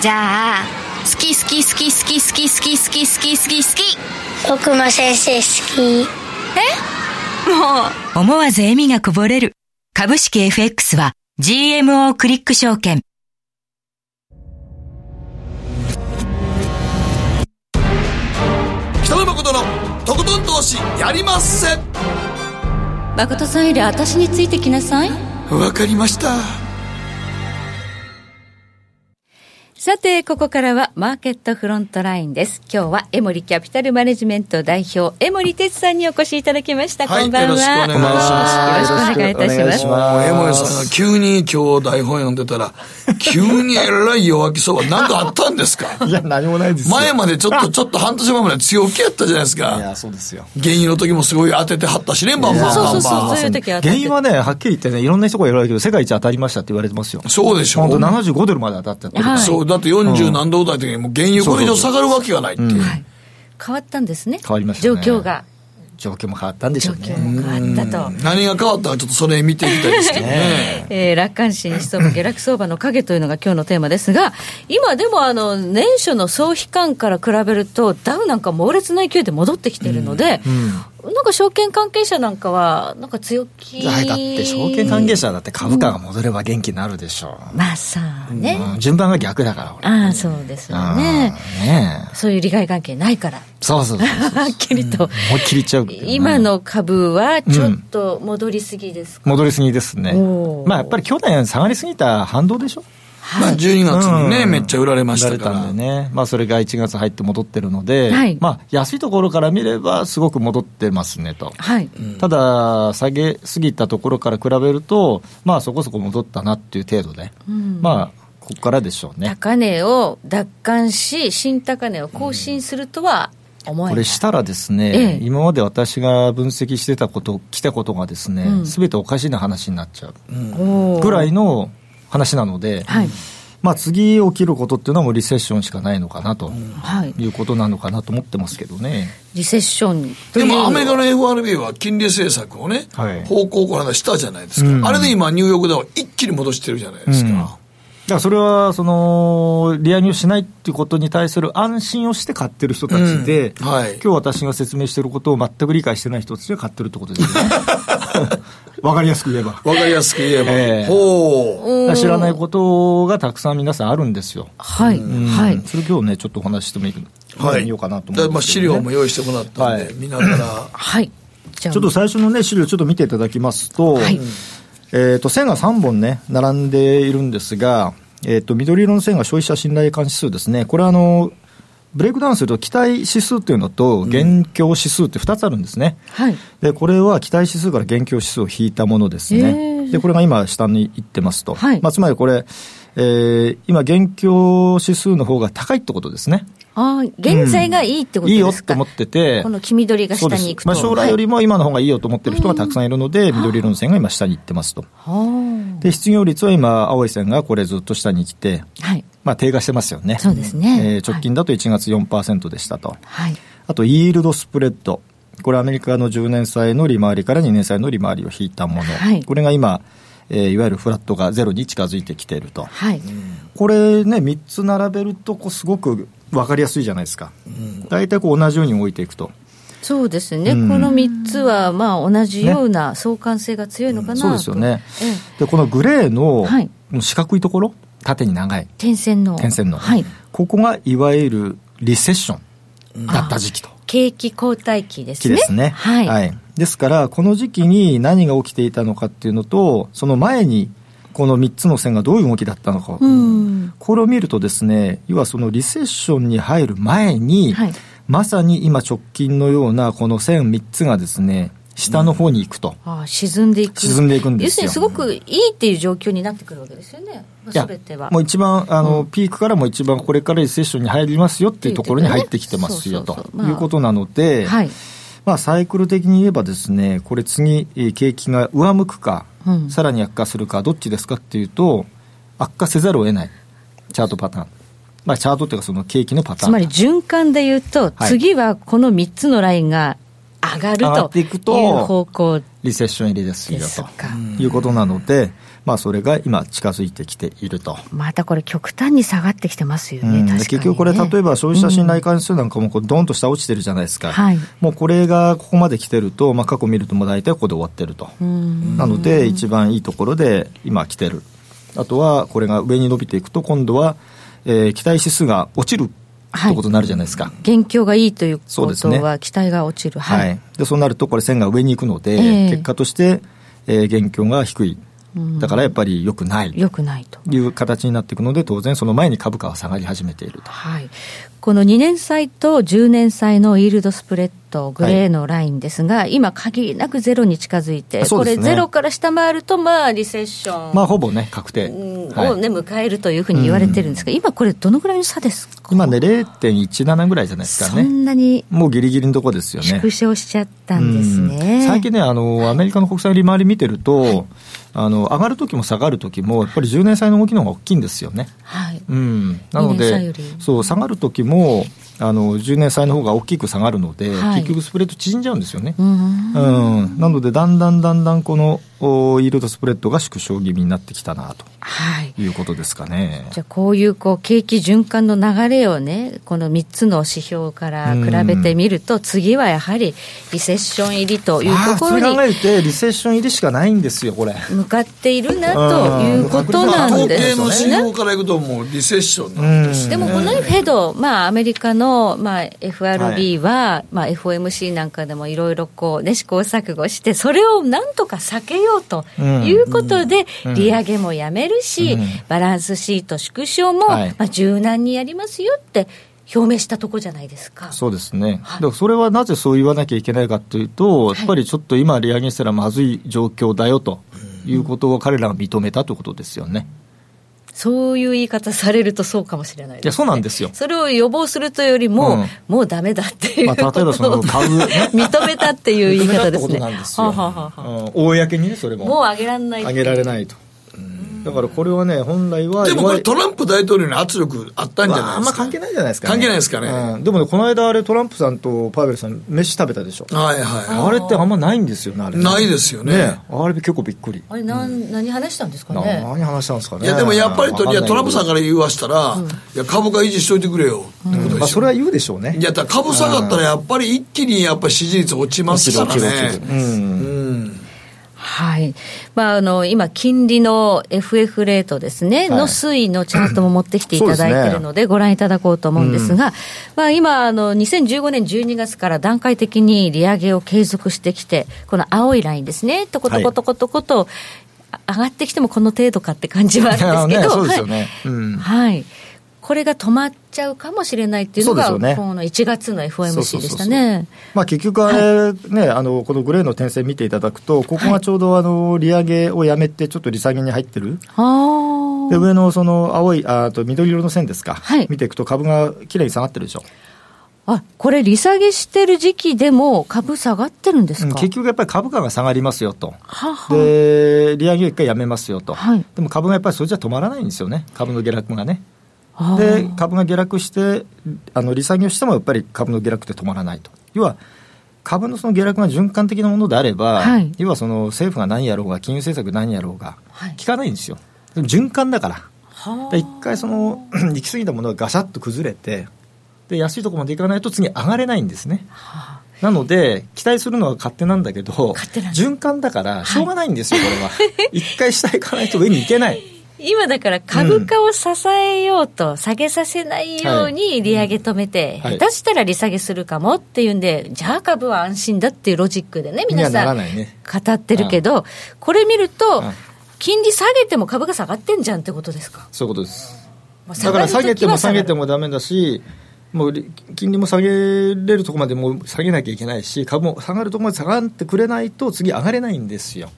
J: じゃあ好き好き好き好き好き好き好き好き好き好き
I: 僕も先生好き
J: もう
E: 思わず笑みがこぼれる株式 FX は GMO クリック証券
B: 北野誠のとことん投資やりまっせ
C: 誠さんより私についてきなさい。
B: わかりました。
C: さて、ここからはマーケットフロントラインです。今日はエモリキャピタルマネジメント代表、江森哲さんにお越しいただきました。
B: はい
C: こんばんは。
B: よろしくお願いします
C: よろしくお願いいたします。
B: もう、江森さんが急に今日台本読んでたら、急にえらい弱気そう。なんかあったんですか
F: いや、何もないです
B: 前までちょっと、ちょっと半年前まで強気やったじゃないですか。
F: そうですよ。
B: 原油の時もすごい当ててはったしね、バンバン
C: そう
B: バ
C: そう
B: ン
C: そう、
B: バ
C: そういう時は。
K: 原油はね、はっきり言ってね、いろんな人が言われるけど、世界一当たりましたって言われてますよ
B: ン。。そうでしょ
K: 本当75ドルまで当たって
C: はい
K: た。
B: そう、だって40何度台的にもう原油これ以上下がるわけがないっていう。
C: 変わったんですね。
K: 変わりましたね
C: 状況が。
K: 状況も変わったんでし
C: 状
K: ょう
C: 況
K: ね。
C: も変わったと。
B: 何が変わったかちょっとそれ見ていきたいですけどね。
C: えー、楽観視に 潜む下落相場の影というのが今日のテーマですが、今でもあの、年初の総悲観から比べると、ダウなんか猛烈な勢いで戻ってきてるので、なんか証券関係者なんかは、なんか強気。
K: だって証券関係者だって株価が戻れば元気になるでしょう、
C: まあさあね。
K: うん順番が逆だから俺
C: ああ、そうですよね。
K: ね
C: そういう利害関係ないから。
K: えそうそうそう
C: はっきりと。
K: 思いっきり言っちゃうけどね
C: 今の株はちょっと戻りすぎですか、
K: 戻りすぎですね
C: おー
K: まあやっぱり去年下がりすぎた反動でしょ
B: まあ、12月にね、
K: うん
B: めっちゃ売られました
K: 売ら
B: か
K: れ
B: ら
K: たんでね、まあ、それが1月入って戻ってるので、
C: はい
K: まあ、安いところから見れば、すごく戻ってますねと、
C: はい。
K: ただ、下げすぎたところから比べると、まあ、そこそこ戻ったなっていう程度で、
C: うん
K: まあ、ここからでしょうね。
C: 高値を奪還し、新高値を更新するとは思え
K: こ
C: ない。
K: れしたらですね、
C: ええ
K: 今まで私が分析してたこと、来たことがです
C: う
K: ね、
C: ん
K: すべ、ておかしな話になっちゃう
C: おー
K: ぐらいの話なので、
C: はい。
K: まあ、次起きることっていうのは、もうリセッションしかないのかなと
C: はい。
K: いうことなのかなと思ってますけどね。
C: リセッションと
B: で
C: いう
B: もアメリカの FRB は金利政策をね、
K: はい
B: 方向をこの間したじゃないですか、
K: うん
B: あれで今、ニューヨークダウ一気に戻してるじゃないです
K: うんだ
B: か
K: か、らそれはその利上げをしないっていうことに対する安心をして買ってる人たちで、
B: うんはい
K: 今日私が説明してることを全く理解してない人たちが買ってるってことですよね。 わかりやすく言えば。
B: わ、かりやすく言えば、
K: ええ
B: ほう、
K: だから知らないことがたくさん皆さんあるんですよ。
C: はい。
K: うん
C: はい。
K: それ今日ね、ちょっとお話ししてもいい、
B: はい
K: みようかなと
B: だから
K: 思うん
B: まあ
K: です
B: 資
K: けどね
B: 料も用意してもらったんで、
K: はい
B: 見な がら、
C: はい。じゃあ、
K: ちょっと最初のね、資料ちょっと見ていただきますと、
C: はい
K: えっ、と、線が3本ね、並んでいるんですが、えっ、と、緑色の線が消費者信頼感指数ですね。これあの、ブレイクダウンすると期待指数というのと、現況指数って2つあるんですね。
C: はい。
K: で、これは期待指数から現況指数を引いたものです
C: へ
K: ね。
C: ー
K: で、これが今下に行ってますと。
C: はい
K: まあ、つまりこれ、えー今、現況指数の方が高いってことですね。
C: ああ、現在がいいってこと
K: いいよ
C: で
K: っ
C: す
K: て
C: か、
K: 思ってて。
C: この黄緑が下に行くと。
K: そうですまあ、将来よりも今の方がいいよと思ってる人がたくさんいるので、緑色の線が今下に行ってますと。
C: は
K: で、失業率は今、青い線がこれずっと下に来て、
C: あはい。
K: まあ、低下してますよね。
C: そうですね
K: えー直近だと1月4%でしたと。
C: はい。
K: あと、イールドスプレッド。これアメリカの10年債の利回りから2年債の利回りを引いたもの。
C: はい
K: これが今、えーいわゆるフラットがゼロに近づいてきていると。
C: はい。
K: これね、3つ並べると、こうすごく分かりやすいじゃないですか。大体こう同じように置いていくと。
C: そうですね。
K: うん
C: この三つは、まあ、同じような相関性が強いのかなと、
K: そうですよね
C: ええ。
K: で、このグレーの、
C: はい
K: この四角いところ、縦に長い、
C: 点線の。
K: 点線の、
C: はい。
K: ここがいわゆるリセッションだった時期と。
C: 景気後退期です
K: 期
C: ね。
K: ですね。
C: はい。
K: ですから、この時期に何が起きていたのかっていうのと、その前に、この3つの線がどういう動きだったのか、
C: うん。
K: これを見るとですね、要はそのリセッションに入る前に、
C: はい
K: まさに今直近のようなこの線3つがですね、下の方に行くと。
C: ああ、沈んでいく。
K: 沈んでいくんですよ
C: 要するに、すごくいいっていう状況になってくるわけですよね。
K: いや
C: すべては。
K: もう一番あの、ピークからも一番これからリセッションに入りますよっていうところに入ってきてますよ
C: っていう
K: と
C: ことねそうそうそうまあ
K: いうことなので、
C: はい。
K: まあ、サイクル的に言えばですねこれ次えー景気が上向くか、
C: うん
K: さらに悪化するかどっちですかっていうと悪化せざるを得ないチャートパターン、まあ、チャートっていうかその景気のパターン
C: つまり循環で言うと、
K: はい
C: 次はこの3つのラインが上がる
K: 上がっ
C: と
K: て
C: い
K: いくと
C: う方向
K: リセッション入りです
C: で
K: よ
C: す
K: と
C: か。
K: いうことなので、まあ、それが今近づいてきていると。
C: またこれ極端に下がってきてますよ
K: う
C: ね、確
K: ん
C: かに、ね。
K: 結局これ、例えば消費者信頼関数なんかもこうドンと下落ちてるじゃないですか、
C: はい
K: もうこれがここまで来てると、まあ、過去見るともう大体ここで終わってると、
C: うん
K: なので、一番いいところで今来てる、あとはこれが上に伸びていくと、今度は、えー期待指数が落ちるってことになるじゃないですか。
C: 現況がいいという
K: そう
C: こ
K: です
C: と
K: ね
C: は、期待が落ちる。
K: はい
C: はい。
K: でそうなると、これ、線が上に行くので、
C: ええ
K: 結果として、えー、現況が低い、だからやっぱり良くない
C: 良くないと。
K: いう形になっていくので、当然、その前に株価は下がり始めていると。
C: はい。この2年債と10年債のイールドスプレッド、グレーのラインですが、今、限りなくゼロに近づいて、
K: あそ
C: こ
K: うで
C: れ、
K: すね
C: ゼロから下回ると、まあ、リセッション。
K: まあ、ほぼね、確定。
C: うん
K: はい
C: をね、迎えるというふうに言われてるんですが、今これどのぐらいの差ですか
K: 今ね、0.17ぐらいじゃないです
C: そ
K: かね。
C: んなに
K: もうギリギリのとこですよね。
C: 縮小しちゃったんです
K: う
C: ね。
K: ん最近ね、あの、アメリカの国債利回り見てると、あの、上がるときも下がるときも、やっぱり10年債の動きの方が大きいんですよね。
C: はい。
K: うん。なの
C: 二年債よ
K: で
C: り、
K: そう、下がるときも、ああの10年債の方が大きく下がるので、
L: はい
K: 結局スプレッド縮んじゃうんですよね。
L: うん
K: うんなので、だんだんだんだんこのおイールドスプレッドが縮小気味になってきたなということですかね。
C: じゃあこういうこう景気循環の流れをね、この3つの指標から比べてみると、次はやはりリセッション入りという
K: あ
C: と
K: あ
C: こ
K: そ
C: ろ
K: れ
C: に
K: 考えて、リセッション入りしかないんですよ、これ。
C: 向かっているなということなんです
B: 統計の信
C: ね
B: 号。からいくともうリセッション
K: なん
B: です
C: で
B: ね
C: もこのフェド、まあ、アメリカの、まあ、FRB は、まあ、FOMC なんかでもいろいろこう、ね、試行錯誤して、それをなんとか避けようということで、
J: うん
C: 利上げもやめるし、
J: うん
C: バランスシート縮小も、
K: はい
C: まあ、柔軟にやりますよって表明したとこじゃないですか。
K: そうですね、だからそれはなぜそう言わなきゃいけないかというと、やっぱりちょっと今、利上げしたらまずい状況だよということを彼らが認めたということですよね。
C: そういう言い方されるとそうかもしれない
K: いや、
C: です。
K: そうなんですよ。
C: それを予防するというよりも、
K: うん
C: もうダメだっていう
K: ま
C: こ
K: あ、
C: と
K: 例えば
C: を、
K: その株、ね、
C: 認めたっていう言い方です
K: 認めたってこと
C: ね。
K: なんですよ
C: はあはあはあ
K: うん公にね、それも。
C: もう上げらんないっていう
K: 上げられないと。だからこれはね、本来は弱い、
B: でもこれトランプ大統領の圧力あったんじゃないですか、
K: まああんま関係ないじゃないですかね
B: 関係ないですかね、
K: うんでもね、この間、あれ、トランプさんとパウエルさん、飯食べたでしょ、
B: はいはい
K: あれってあんまないんですよね、あれね
B: ないですよね
K: あれ、結構びっくり、
C: あれなん、何話したんですかね。
K: 何話したんですかね、
B: いやでもやっぱりといやトランプさんから
K: ら
B: 言わしたら、いや株価維持しといてくれよってことで
K: まあ、
B: しょ、
K: それは言うでしょうね、
B: いやだから株下がったらやっぱり一気にやっぱ支持率落ちますから
K: 落ちる落ちる落ちる
B: ね
C: はい。まあ、あの、今、金利の FF レートですね、
J: はい
C: の推移のチャートも持ってきていただ
J: そう
C: い
J: で
C: て
J: す
C: い
J: ね
C: るので、ご覧いただこうと思うんですが、
J: うん
C: まあ、今、あの、2015年12月から段階的に利上げを継続してきて、この青いラインですね、とことことことこと、あ上がってきてもこの程度かって感じはあるんですけ
K: ね
C: ど、
K: そうですよ
C: はい
K: ね、うん
C: はい。これが止まっちゃうかもしれないっていうのが、
K: そうですよね
C: 今後の1月の
K: そうそうそうそう
C: FOMC でしたね。
K: まあ、結局あれ、ね、あのこのグレーの点線見ていただくと、ここがちょうどあの利上げをやめて、ちょっと利下げに入ってる、
C: あ
K: で上のその青いああと緑色の線ですか、見ていくと株がきれいに下がってるでしょ、
C: あ、これ、利下げしてる時期でも株下がってるんです
K: うん
C: か、
K: 結局やっぱり株価が下がりますよと、
C: はは
K: で利上げを一回やめますよと、でも株がやっぱりそれじゃ止まらないんですよね、株の下落がね。
C: あー
K: で株が下落してあの利下げをしてもやっぱり株の下落って止まらないと要は株のその下落が循環的なものであれば、
C: はい
K: 要はその政府が何やろうが金融政策何やろうが効かないんですよ、でも循環だからだから一回その 行き過ぎたものがガシャッと崩れてで安いところまでいかないと次上がれないんですねなので期待するのは勝手なんだけど循環だからしょうがないんですよ、 これは一回下行かないと上に行けない
C: 今だから株価を支えようと、下げさせないように利上げ止めて、
K: はい
C: 下手したら利下げするかもっていうんで、じゃあ株は安心だっていうロジックでね、
K: には
C: 皆
K: な
C: さ
K: ら
C: ん
K: ないね
C: 語ってるけど、これ見ると、金利下げても株が下がってんじゃんってことですか。
K: そういうことです
C: まあ
K: だから下げても
C: 下
K: 下
C: がる時は下
K: げ
C: がる
K: てもダメだし、もうり金利も下げれるとこまでもう下げなきゃいけないし、株も下がるとこまで下がってくれないと、次、上がれないんですよ、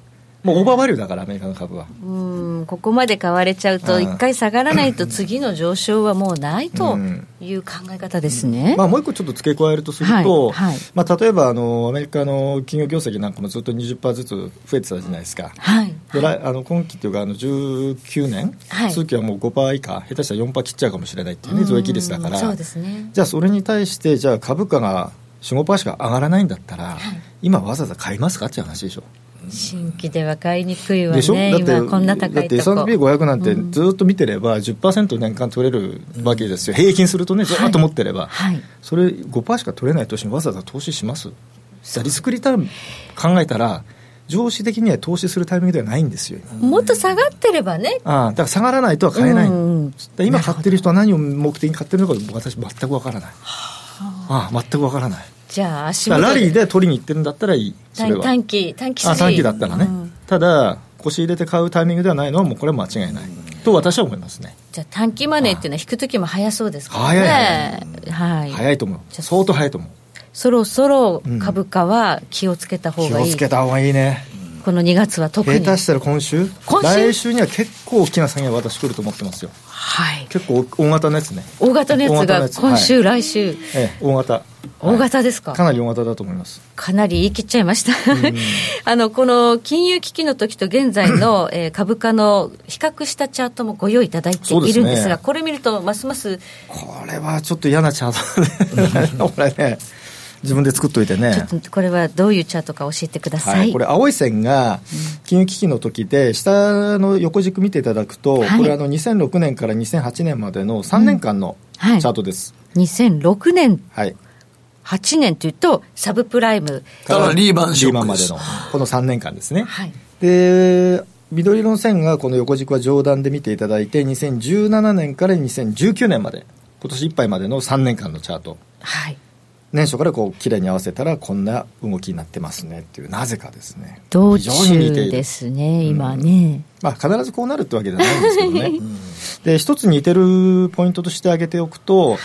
K: もうオーバーバリューだから、アメリカの株は。
C: うん、ここまで買われちゃうと、
K: うん
C: 一回下がらないと次の上昇はもうないと
K: うん
C: いう考え方ですね。
K: まあ、もう一個ちょっと付け加えるとすると、
C: はいはい
K: まあ、例えばあのアメリカの企業業績なんかもずっと20%ずつ増えてたじゃないですか、で来あの今期というかあの19年、
C: はい
K: 通期はもう5%以下下手したら4%切っちゃうかもしれないっていうね、
C: うん
K: 増益率だから
C: そうですね。
K: じゃあそれに対してじゃあ株価が45%しか上がらないんだったら、今わざわざ買いますかっていう話でしょ
C: 新規では買いにくいわ
K: でしょ
C: ね。
K: だって
C: 今こんな高
K: だっ
C: い
K: て
C: とこ。
K: S&P500 なんて
C: うん
K: ずっと見てれば10%年間取れるわけですよ、平均するとねずっと持ってれば、それ5%しか取れない投資にわざわざ投資しますじゃあリスクリターン考えたら上司的には投資するタイミングではないんですよ今
C: もっと下がってればね。
K: ああだから下がらないとは買えない、
C: うん
K: だから今買ってる人は何を目的に買ってるのか私全くわからないああ全くわからない
C: じゃあ足
K: だ
C: 元
K: からラリー
C: で
K: で取りに行ってるんだったらいいそれ
C: 短
K: は
C: 短期、短期
K: あ
C: 筋
K: 短期だったらね、ただ腰入れて買うタイミングではないのはもうこれは間違いない、と私は思いますね
C: じゃあ短期マネーっていうのは引く時も早そうですから
K: 早
C: ね。はい。
K: 早いと思う相当早いと思う
C: そろそろ株価は気をつけた方
K: 気
C: が
K: を
C: いい。
K: つけた方がいいね
C: この2月は特
K: 下
C: に
K: 手したら今週
C: 今週
K: 来週には結構大きな下げが私来ると思ってますよ
C: はい
K: 結構大型のやつね
C: 大型のやつが今週、
K: は
C: 来
K: い
C: 週
K: ええ、大型
C: 大型ですか
K: かなり大型だと思います
C: かなり言い切っちゃいました あのこの金融危機の時と現在 の、えー株価の比較したチャートもご用意いただいて
K: そうで
C: い
K: す
C: る
K: ね
C: んですがこれ見るとますます
K: これはちょっと嫌なチャー トだねこれね自分で作っといてね
C: これはどういうチャートか教えてください、
K: はい、これ青い線が金融危機の時で下の横軸見ていただくと、
C: はい
K: これあの2006年から2008年までの3年間のチ
C: は
K: ャ
C: い
K: ートです、
C: 2006年
K: はい
C: 8年というとサブプライム
K: からリーバン
B: ショッ
K: ま
B: クで
K: ですのこの3年間ですね、
C: はい
K: で緑色の線がこの横軸は上段で見ていただいて2017年から2019年まで今年いっぱいまでの3年間のチャート
C: はい
K: 年初からこう綺麗に合わせたらこんな動きになってますねっていうなぜかですね
C: 道
K: 非常に似てい
C: 中
K: る
C: ですね今ね、
K: まあ、必ずこうなるってわけじゃないんですけど ね。で一つ似てるポイントとして挙げておくと、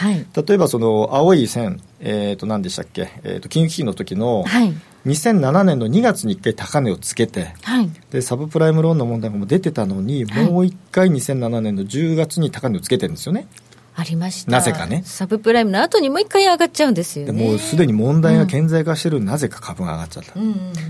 K: 例えばその青い線、えー、と何でしたっけ、えー、と金融危機の時の
C: はい
K: 2007年の2月に1回高値をつけて
C: はい
K: でサブプライムローンの問題も出てたのに、もう1回2007年の10月に高値をつけてるんですよね。
C: ありました
K: なぜかね
C: サブプライムの後にもう一回上がっちゃうんですよ
K: で
C: ね
K: もうすでに問題が顕在化してるのになぜか株が上がっちゃった、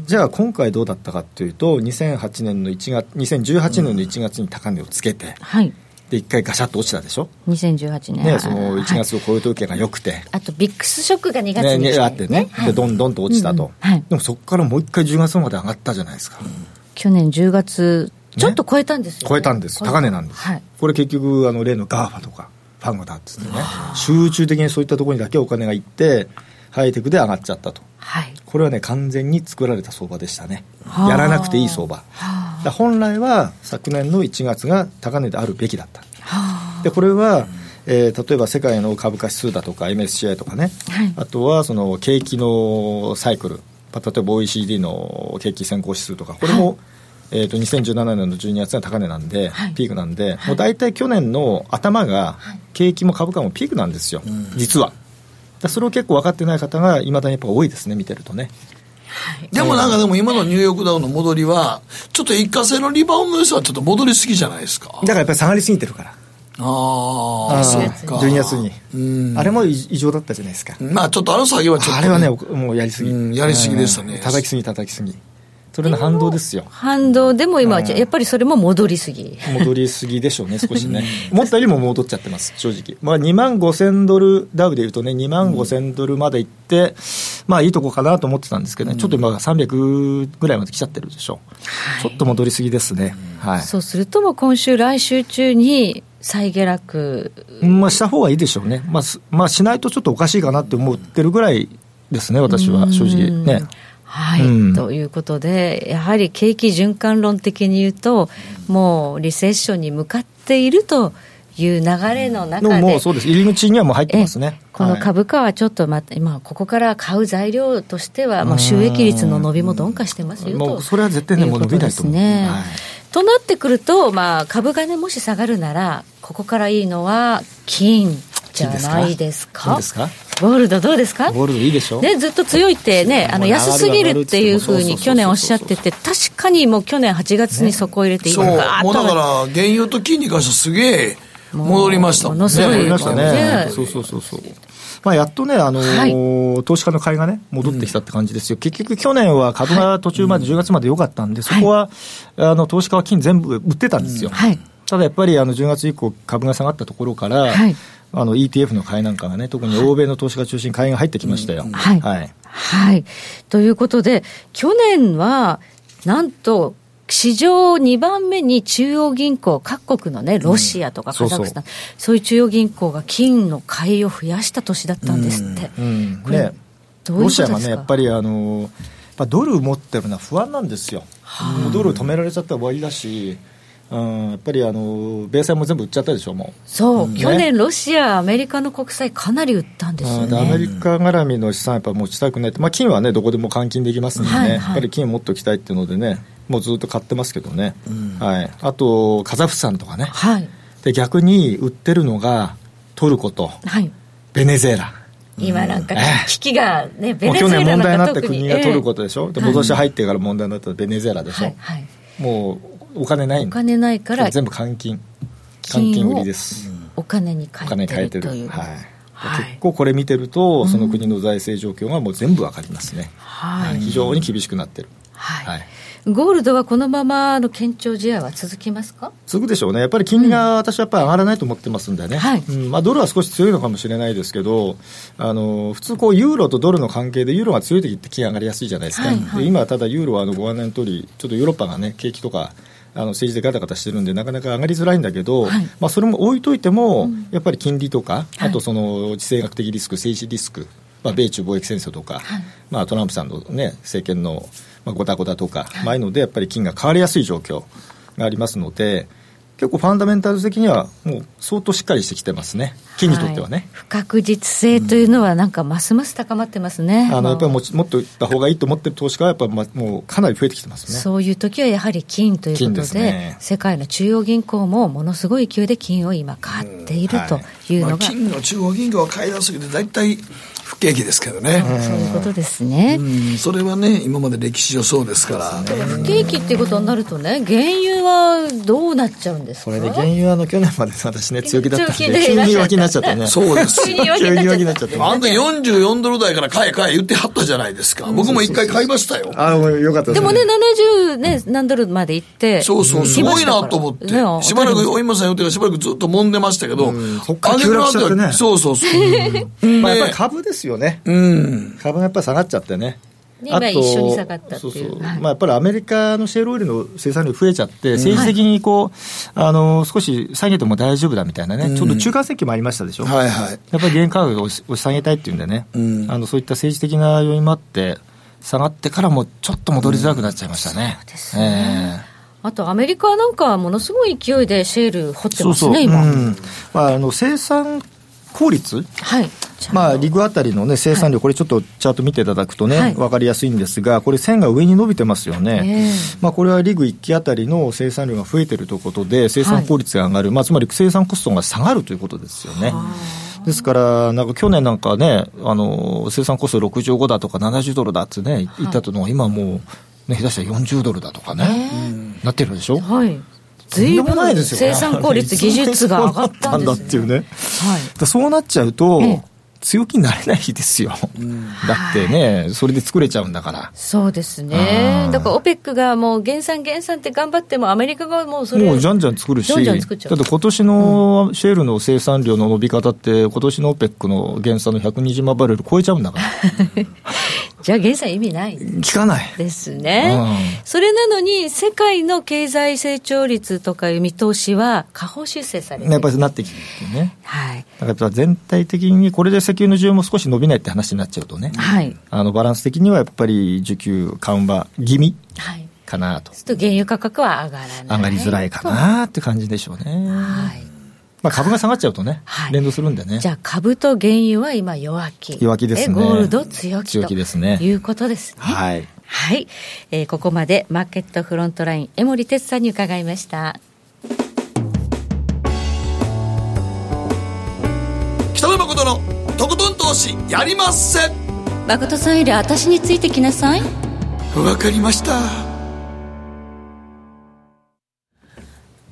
K: じゃあ今回どうだったかというと2008年の1月2018年の1月に高値をつけて、
C: はい
K: で一回ガシャッと落ちたでしょ、
C: 2018年
K: ね、その1
C: はい
K: 月の雇用統計が良くて、
C: あとビックスショックが2月
K: ね
C: に来
K: ね
C: て
K: あってね、
C: はい
K: でどんどんと落ちたと、
C: うんうんはい
K: でもそこからもう一回10月まで上がったじゃないですか、
C: 去年10月ちょっと超えたんですよ、
K: 超えたんです高値なんです、
C: はい
K: これ結局あの例のガーファとかファンゴだっつってね集中的にそういったところにだけお金がいってハイテクで上がっちゃったと、これはね完全に作られた相場でしたね
L: はあ
K: やらなくていい相場だから本来は昨年の1月が高値であるべきだったでこれは、えー例えば世界の株価指数だとか MSCI とかね、
L: はい
K: あとはその景気のサイクルまあ例えば OECD の景気先行指数とかこれも、えー、と2017年の12月が高値なんで、ピークなんで、もう大体去年の頭が景気も株価もピークなんですよ、実は。だからそれを結構分かってない方がいまだにやっぱ多いですね見てるとね
B: でもなんかでも今のニューヨークダウの戻りは、ちょっと一過性のリバウンドですはちょっと戻りすぎじゃないですか。
K: だからやっぱり下がりすぎてるから
B: ああ、
K: うん
B: そうか。
K: 12月に
B: うん
K: あれも異異常だったじゃないですか
B: まあちょっとあの下げはちょっとね
K: あれはねおもうやりすぎ、
B: うんやりすぎでしたね
K: うん叩きすぎ叩きすぎそれの反動ですよ
C: 反動でも今、
K: うん
C: やっぱりそれも戻りすぎ
K: 戻りすぎでしょうね、少しね。思ったよりも戻っちゃってます、正直。まあ、2万5000ドル、ダウでいうとね、2万5000ドルまで行って、まあ、いいとこかなと思ってたんですけどね、ちょっと今、300ぐらいまで来ちゃってるでしょう。ちょっと戻りすぎですね。はい。
C: そうするともう今週来週中に再下落
K: まあ、した方がいいでしょうね。まあ、すまあ、しないとちょっとおかしいかなって思ってるぐらいですね、私は、正直ね。
C: はい、
K: うん
C: ということでやはり景気循環論的に言うともうリセッションに向かっているという流れの
K: でも
C: 中
K: も
C: で
K: うそうです。入り口にはもう入ってますね。
C: この株価はちょっとまた、今ここから買う材料としてはもう収益率の伸びも鈍化してますよ
K: も
C: と
K: う、それは絶対ね、もう伸びないと思う。
C: ね。となってくると、まあ、株がね、もし下がるなら、ここからいいのは、金じゃないですか。
K: いいですか
C: ゴールドどうですか
K: ゴールドいいでしょ
C: ね、ずっと強いってね、あの、
K: 上がる
C: 安すぎるっていうふう
K: 上がる
C: に
K: って
C: 去年おっしゃってて、確かにもう去年8月にそこを入れて、
B: そう。
C: 今ガー
B: も
C: ッ
B: うだから
C: と。、
B: 原油と金に関してはすげえ戻りましたもんね。
K: ものすごいね戻りましたね
B: そう
K: そうそうそう。まあ、やっとね、あのー投資家の買いがね、戻ってきたって感じですよ、結局、去年は株が途中まで10月まで良かったんで、そこは、あの投資家は金全部売ってたんですよ、ただやっぱりあの10月以降、株が下がったところから、あの ETF の買いなんかがね、特に欧米の投資家中心に買いが入ってきましたよ。
C: はい
K: はい
C: はい。ということで、去年は、なんと、史上2番目に中央銀行、各国のね、ロシアとかカ
K: そうそ
C: ザ
K: う
C: フスタン、そういう中央銀行が金の買いを増やした年だったんですって。
K: うん
C: これ
K: ね、
C: どういうことで
K: ロ
C: すか
K: シアがね、やっぱりあのやっぱドル持ってるのは不安なんですよ、もうドル止められちゃったら終わりだし、うん、やっぱりあの米債も全部売っちゃったでしょ、もう。
C: そう、
K: ね
C: 去年、ロシア、アメリカの国債、かなり売ったんですよ
K: あーでアメ
C: ね。
K: リカ絡みの資産、やっぱ持ちたくないって、まあ、金はね、どこでも換金できますんでね、
C: はいはい
K: やっぱり金持っておきたいっていうのでね、もうずっと買ってますけどね、はい、あとカザフスタンとかね、
C: はい、
K: で逆に売ってるのがトルコと
C: はい、
K: ベネズエラ、
C: 今なんか危機がね、ベ
K: もう
C: ネ
K: 去
C: ズエ
K: 年
C: ラ
K: 問題に
C: な
K: なんっ
C: か
K: た
C: 特に
K: 国がトルコとでしょ、で
C: はい
K: 今年入ってから問題になったベネズエラでしょ、もうお金ない
C: お
K: んで
C: 金ないから
K: 全部換金換
C: 金
K: 金
C: を
K: 売りです、
C: お金に
K: お
C: 変
K: 金
C: え
K: に変え
C: て
K: て
C: る
K: る
C: という
K: はい
C: はい
K: 結構これ見てるとその国の財政状況がもう全部わかりますね、
C: はい
K: はい非常に厳しくなってる
C: はい
K: はい
C: ゴールドはこのままの堅調試合は続きますか
K: 続くでしょうね、やっぱり金利が私はやっぱり上がらないと思ってますんでね、うんまあ、ドルは少し強いのかもしれないですけど、あの普通こう、ユーロとドルの関係で、ユーロが強い時って金上がりやすいじゃないですか、
L: はいはい
K: で今、ただユーロはあのご案内の通り、ちょっとヨーロッパがね、景気とか、あの政治でガタガタしてるんで、なかなか上がりづらいんだけど、まあ、それも置いといても、やっぱり金利とか、あとその地政学的リスク、政治リスク、まあ、米中貿易戦争とか、まあ、トランプさんの、ね、政権のまあごたごたとか、まあああいうのでやっぱり金が変わりやすい状況がありますので、結構ファンダメンタルズ的には、もう相当しっかりしてきてますね、金にとってはね。
C: 不確実性というのはなんかますます高まってますね、
K: あのやっぱり
C: も
K: もちもっといった方がいいと思ってる投資家はやっぱ、ま、もうかなり増えてきてます
C: う
K: ね。
C: そういう時はやはり金ということ
K: 金
C: で
K: ですね
C: 世界の中央銀行もものすごい勢いで金を今買っているという
B: まあ
C: のが、
B: 金の中央銀行は買い出すけど大体不景気ですけどね
C: そういうことですね
B: うんそれはね今まで歴史上そうですから
C: 不景気っていうことになるとね原油はどうなっちゃうんですか
K: これで原油はあの去年まで私ね強気だったん
C: 強気で
K: で急に弱気になっちゃっ たね。
B: そうです
C: 急に弱気になっちゃった
K: 急になっちゃった。
B: あんた44ドル台から買え買え言ってはったじゃないですか僕も一回買いましたよ
K: あよかった
C: でもね、70、ね、何ドルまで行って、
B: そうそう、す
C: 来ま
B: ご
C: し
B: い
C: たから
B: なと思って、
C: ねあ
B: しばらく、お今さん予定がしばらくずっと揉んでましたけど、上
K: から急落しちゃってね
B: げる後はそうそうそう。
K: まあやっぱり株ですよね。株がやっぱり下がっちゃってね。
C: 今一緒に下がったっていう。
K: そうそう
C: はい
K: まあ、やっぱりアメリカのシェールオイルの生産量増えちゃって、政治的にこう、あの少し下げても大丈夫だみたいなね、
B: うん
K: ちょっと中間選挙もありましたでしょ、
B: はいはい
K: やっぱり原価格を押し押し下げたいっていうんでね、あのそういった政治的な要因もあって、下がってからもちょっと戻りづらくなっちゃいましたね。ええ
C: あと、アメリカなんかはものすごい勢いでシェール掘ってますね、
K: う
C: 今。
K: んまあ、あの生産効率、
C: はい
K: まあ、リグあたりの、ね、生産量、これちょっとチャート見ていただくとね、
C: はい
K: 分かりやすいんですが、これ、線が上に伸びてますよね、まあ、これはリグ1期あたりの生産量が増えてるということで、生産効率が上がる、まあ、つまり生産コストが下がるということですよね。ですから、なんか去年なんかね、あの生産コスト65だとか70ドルだってね、言ったとのが、今もう、ね、下手したら40ドルだとかね、なってるでしょ。
C: はい
K: とんでもないですよね
C: 生産効率、技術が上がったんで
K: だっ
C: す
K: て
C: ね。
K: いうね。だそうなっちゃうと、強気になれないですよ。だってね、それで作れちゃうんだから。
C: そうですね
K: う。ん
C: だから、オペックがもう減産減産って頑張っても、アメリカがもうそれ。
K: もうじゃんじゃん作るし、
C: じゃんじゃん作っちゃう
K: だって今年のシェールの生産量の伸び方って、今年のオペックの減産の120万バレル超えちゃうんだから。
C: じゃあ減産意味ない。
K: 聞かない。
C: ですね、
K: う
C: それなのに、世界の経済成長率とかいう見通しは、下方修正されてる
K: やっぱりなってきてるね。
C: はい。
K: だからやっぱ全体的に、これで石油の需要も少し伸びないって話になっちゃうとね、
C: はい。
K: あのバランス的にはやっぱり需給緩和気味かなと。
C: ちょっと原油価格は上がらない。
K: 上がりづらいかなって感じでしょうね。まあ株が下がっちゃうとね、連動するんでね。
C: じゃあ株と原油は今弱気。
K: 弱気ですね
C: ゴールド強気と。
K: 強気ですね
C: いうことですね。
K: はい。
C: はい。えーここまでマーケットフロントライン、江森哲さんに伺いました。
B: 北野誠のとことん投資やりまっせ
J: 誠さんより私についてきなさい
B: わかりました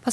A: パ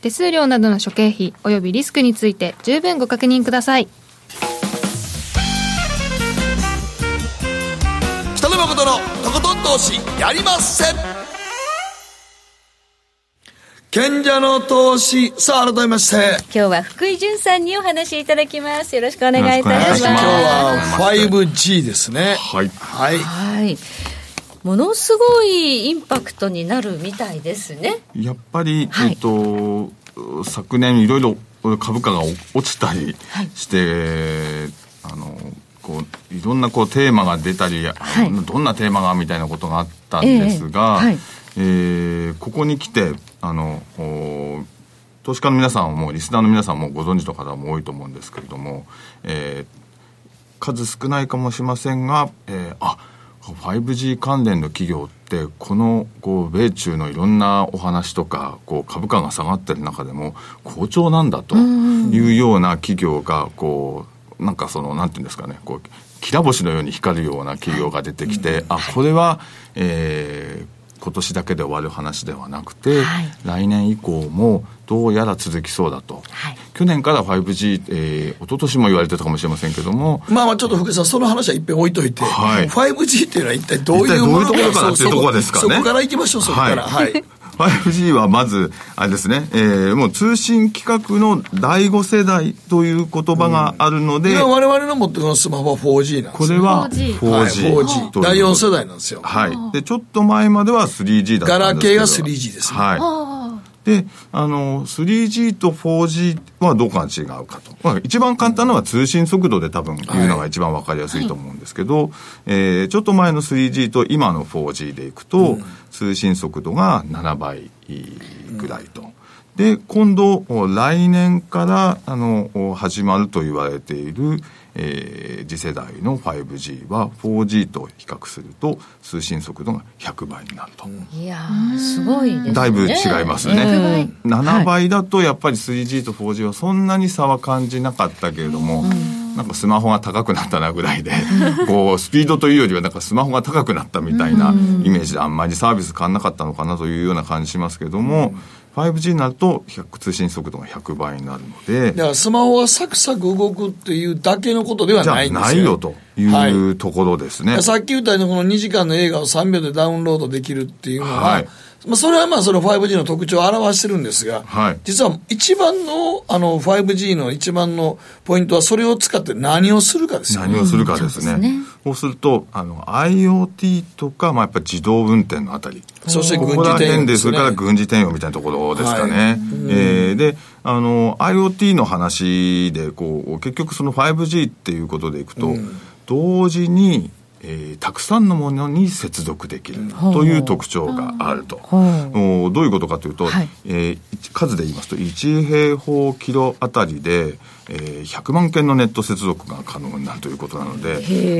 A: 手数料などの諸経費及びリスクについて十分ご確認ください。
B: 北野誠のとことん投資やりません賢者の投資さあ改めまして
C: 今日は福井潤さんにお話しいただきますよろしくお願いいたします
B: 今日は 5G ですね
D: はい
B: はい、
C: はいものすごいインパクトになるみたいですね
D: やっぱり、えっと、昨年いろいろ株価が落ちたりして、あのこういろんなこうテーマが出たり、あのどんなテーマがみたいなことがあったんですが、
L: ええはい
D: えーここに来てあのお投資家の皆さんもリスナーの皆さんもご存知の方も多いと思うんですけれども、えー数少ないかもしれませんが、えーあ 5G 関連の企業ってこのこう米中のいろんなお話とかこう株価が下がってる中でも好調なんだというような企業がこうなんかそのなんていうんですかねこうきら星のように光るような企業が出てきて、あこれは、えー今年だけで終わる話ではなくて、来年以降もどうやら続きそうだと、去年から 5G、えー、一昨年も言われてたかもしれませんけども、
B: まあまあちょっと福井さんその話は一遍置いといて、5G っていうのは一体どういうもの
D: 一体どういうところかなっていうところですかね
B: そこから行きましょうそこからはい、
D: 5G はまず、あれですね、えーもう通信規格の第5世代という言葉があるので、
B: 今我々の持ってるスマホは 4G なんです
D: これは
B: 4G, はい
D: 4G
B: 4G
D: という
B: 第4世代なんですよ
D: はい。で、ちょっと前までは 3G だったんですけど。
B: ガラケーが 3G ですね
D: はい。で、あの、3G と 4G はどうか違うかと。まあ、一番簡単なのは通信速度で多分言うのが一番わかりやすいと思うんですけど、えーちょっと前の 3G と今の 4G でいくと、通信速度が7倍ぐらいと。で、今度、お来年から、あの、お始まると言われている、えー次世代の 5G は 4G と比較すると通信速度が100倍になると。
C: いやーすごいですね
D: だいぶ違いますね。7倍だとやっぱり 3G と 4G はそんなに差は感じなかったけれども、なんかスマホが高くなったなぐらい で、こうスピードというよりはなんかスマホが高くなったみたいなイメージであんまりサービス変わんなかったのかなというような感じしますけれども、5G になると100通信速度が100倍になるので、
B: だからスマホはサクサク動くっていうだけのことでは
D: じゃあ
B: ないんですよ
D: ないよというところですね。
B: さっき言ったようにこの2時間の映画を3秒でダウンロードできるっていうのは、
D: はい
B: まあ、それはまあその 5G の特徴を表してるんですが、
D: はい。
B: 実は一番のあの 5G の一番のポイントはそれを使って何をするかですよね
D: 何をするかですね。そうすると、あの、IoT とか、まあ、やっぱり自動運転のあたり。
B: そして
D: ここ
B: 軍事転用
D: ら辺
B: で
D: で、
B: す
D: そ
B: ね
D: れから軍事転用みたいなところですかね。
B: はい
D: えーで、あの、IoT の話で、こう、結局その 5G っていうことでいくと、同時に、えーたくさんのものに接続できるという特徴があると。おどういうことかというと、えー一数で言いますと1平方キロあたりで、えー100万件のネット接続が可能になるということなの
L: へ
D: で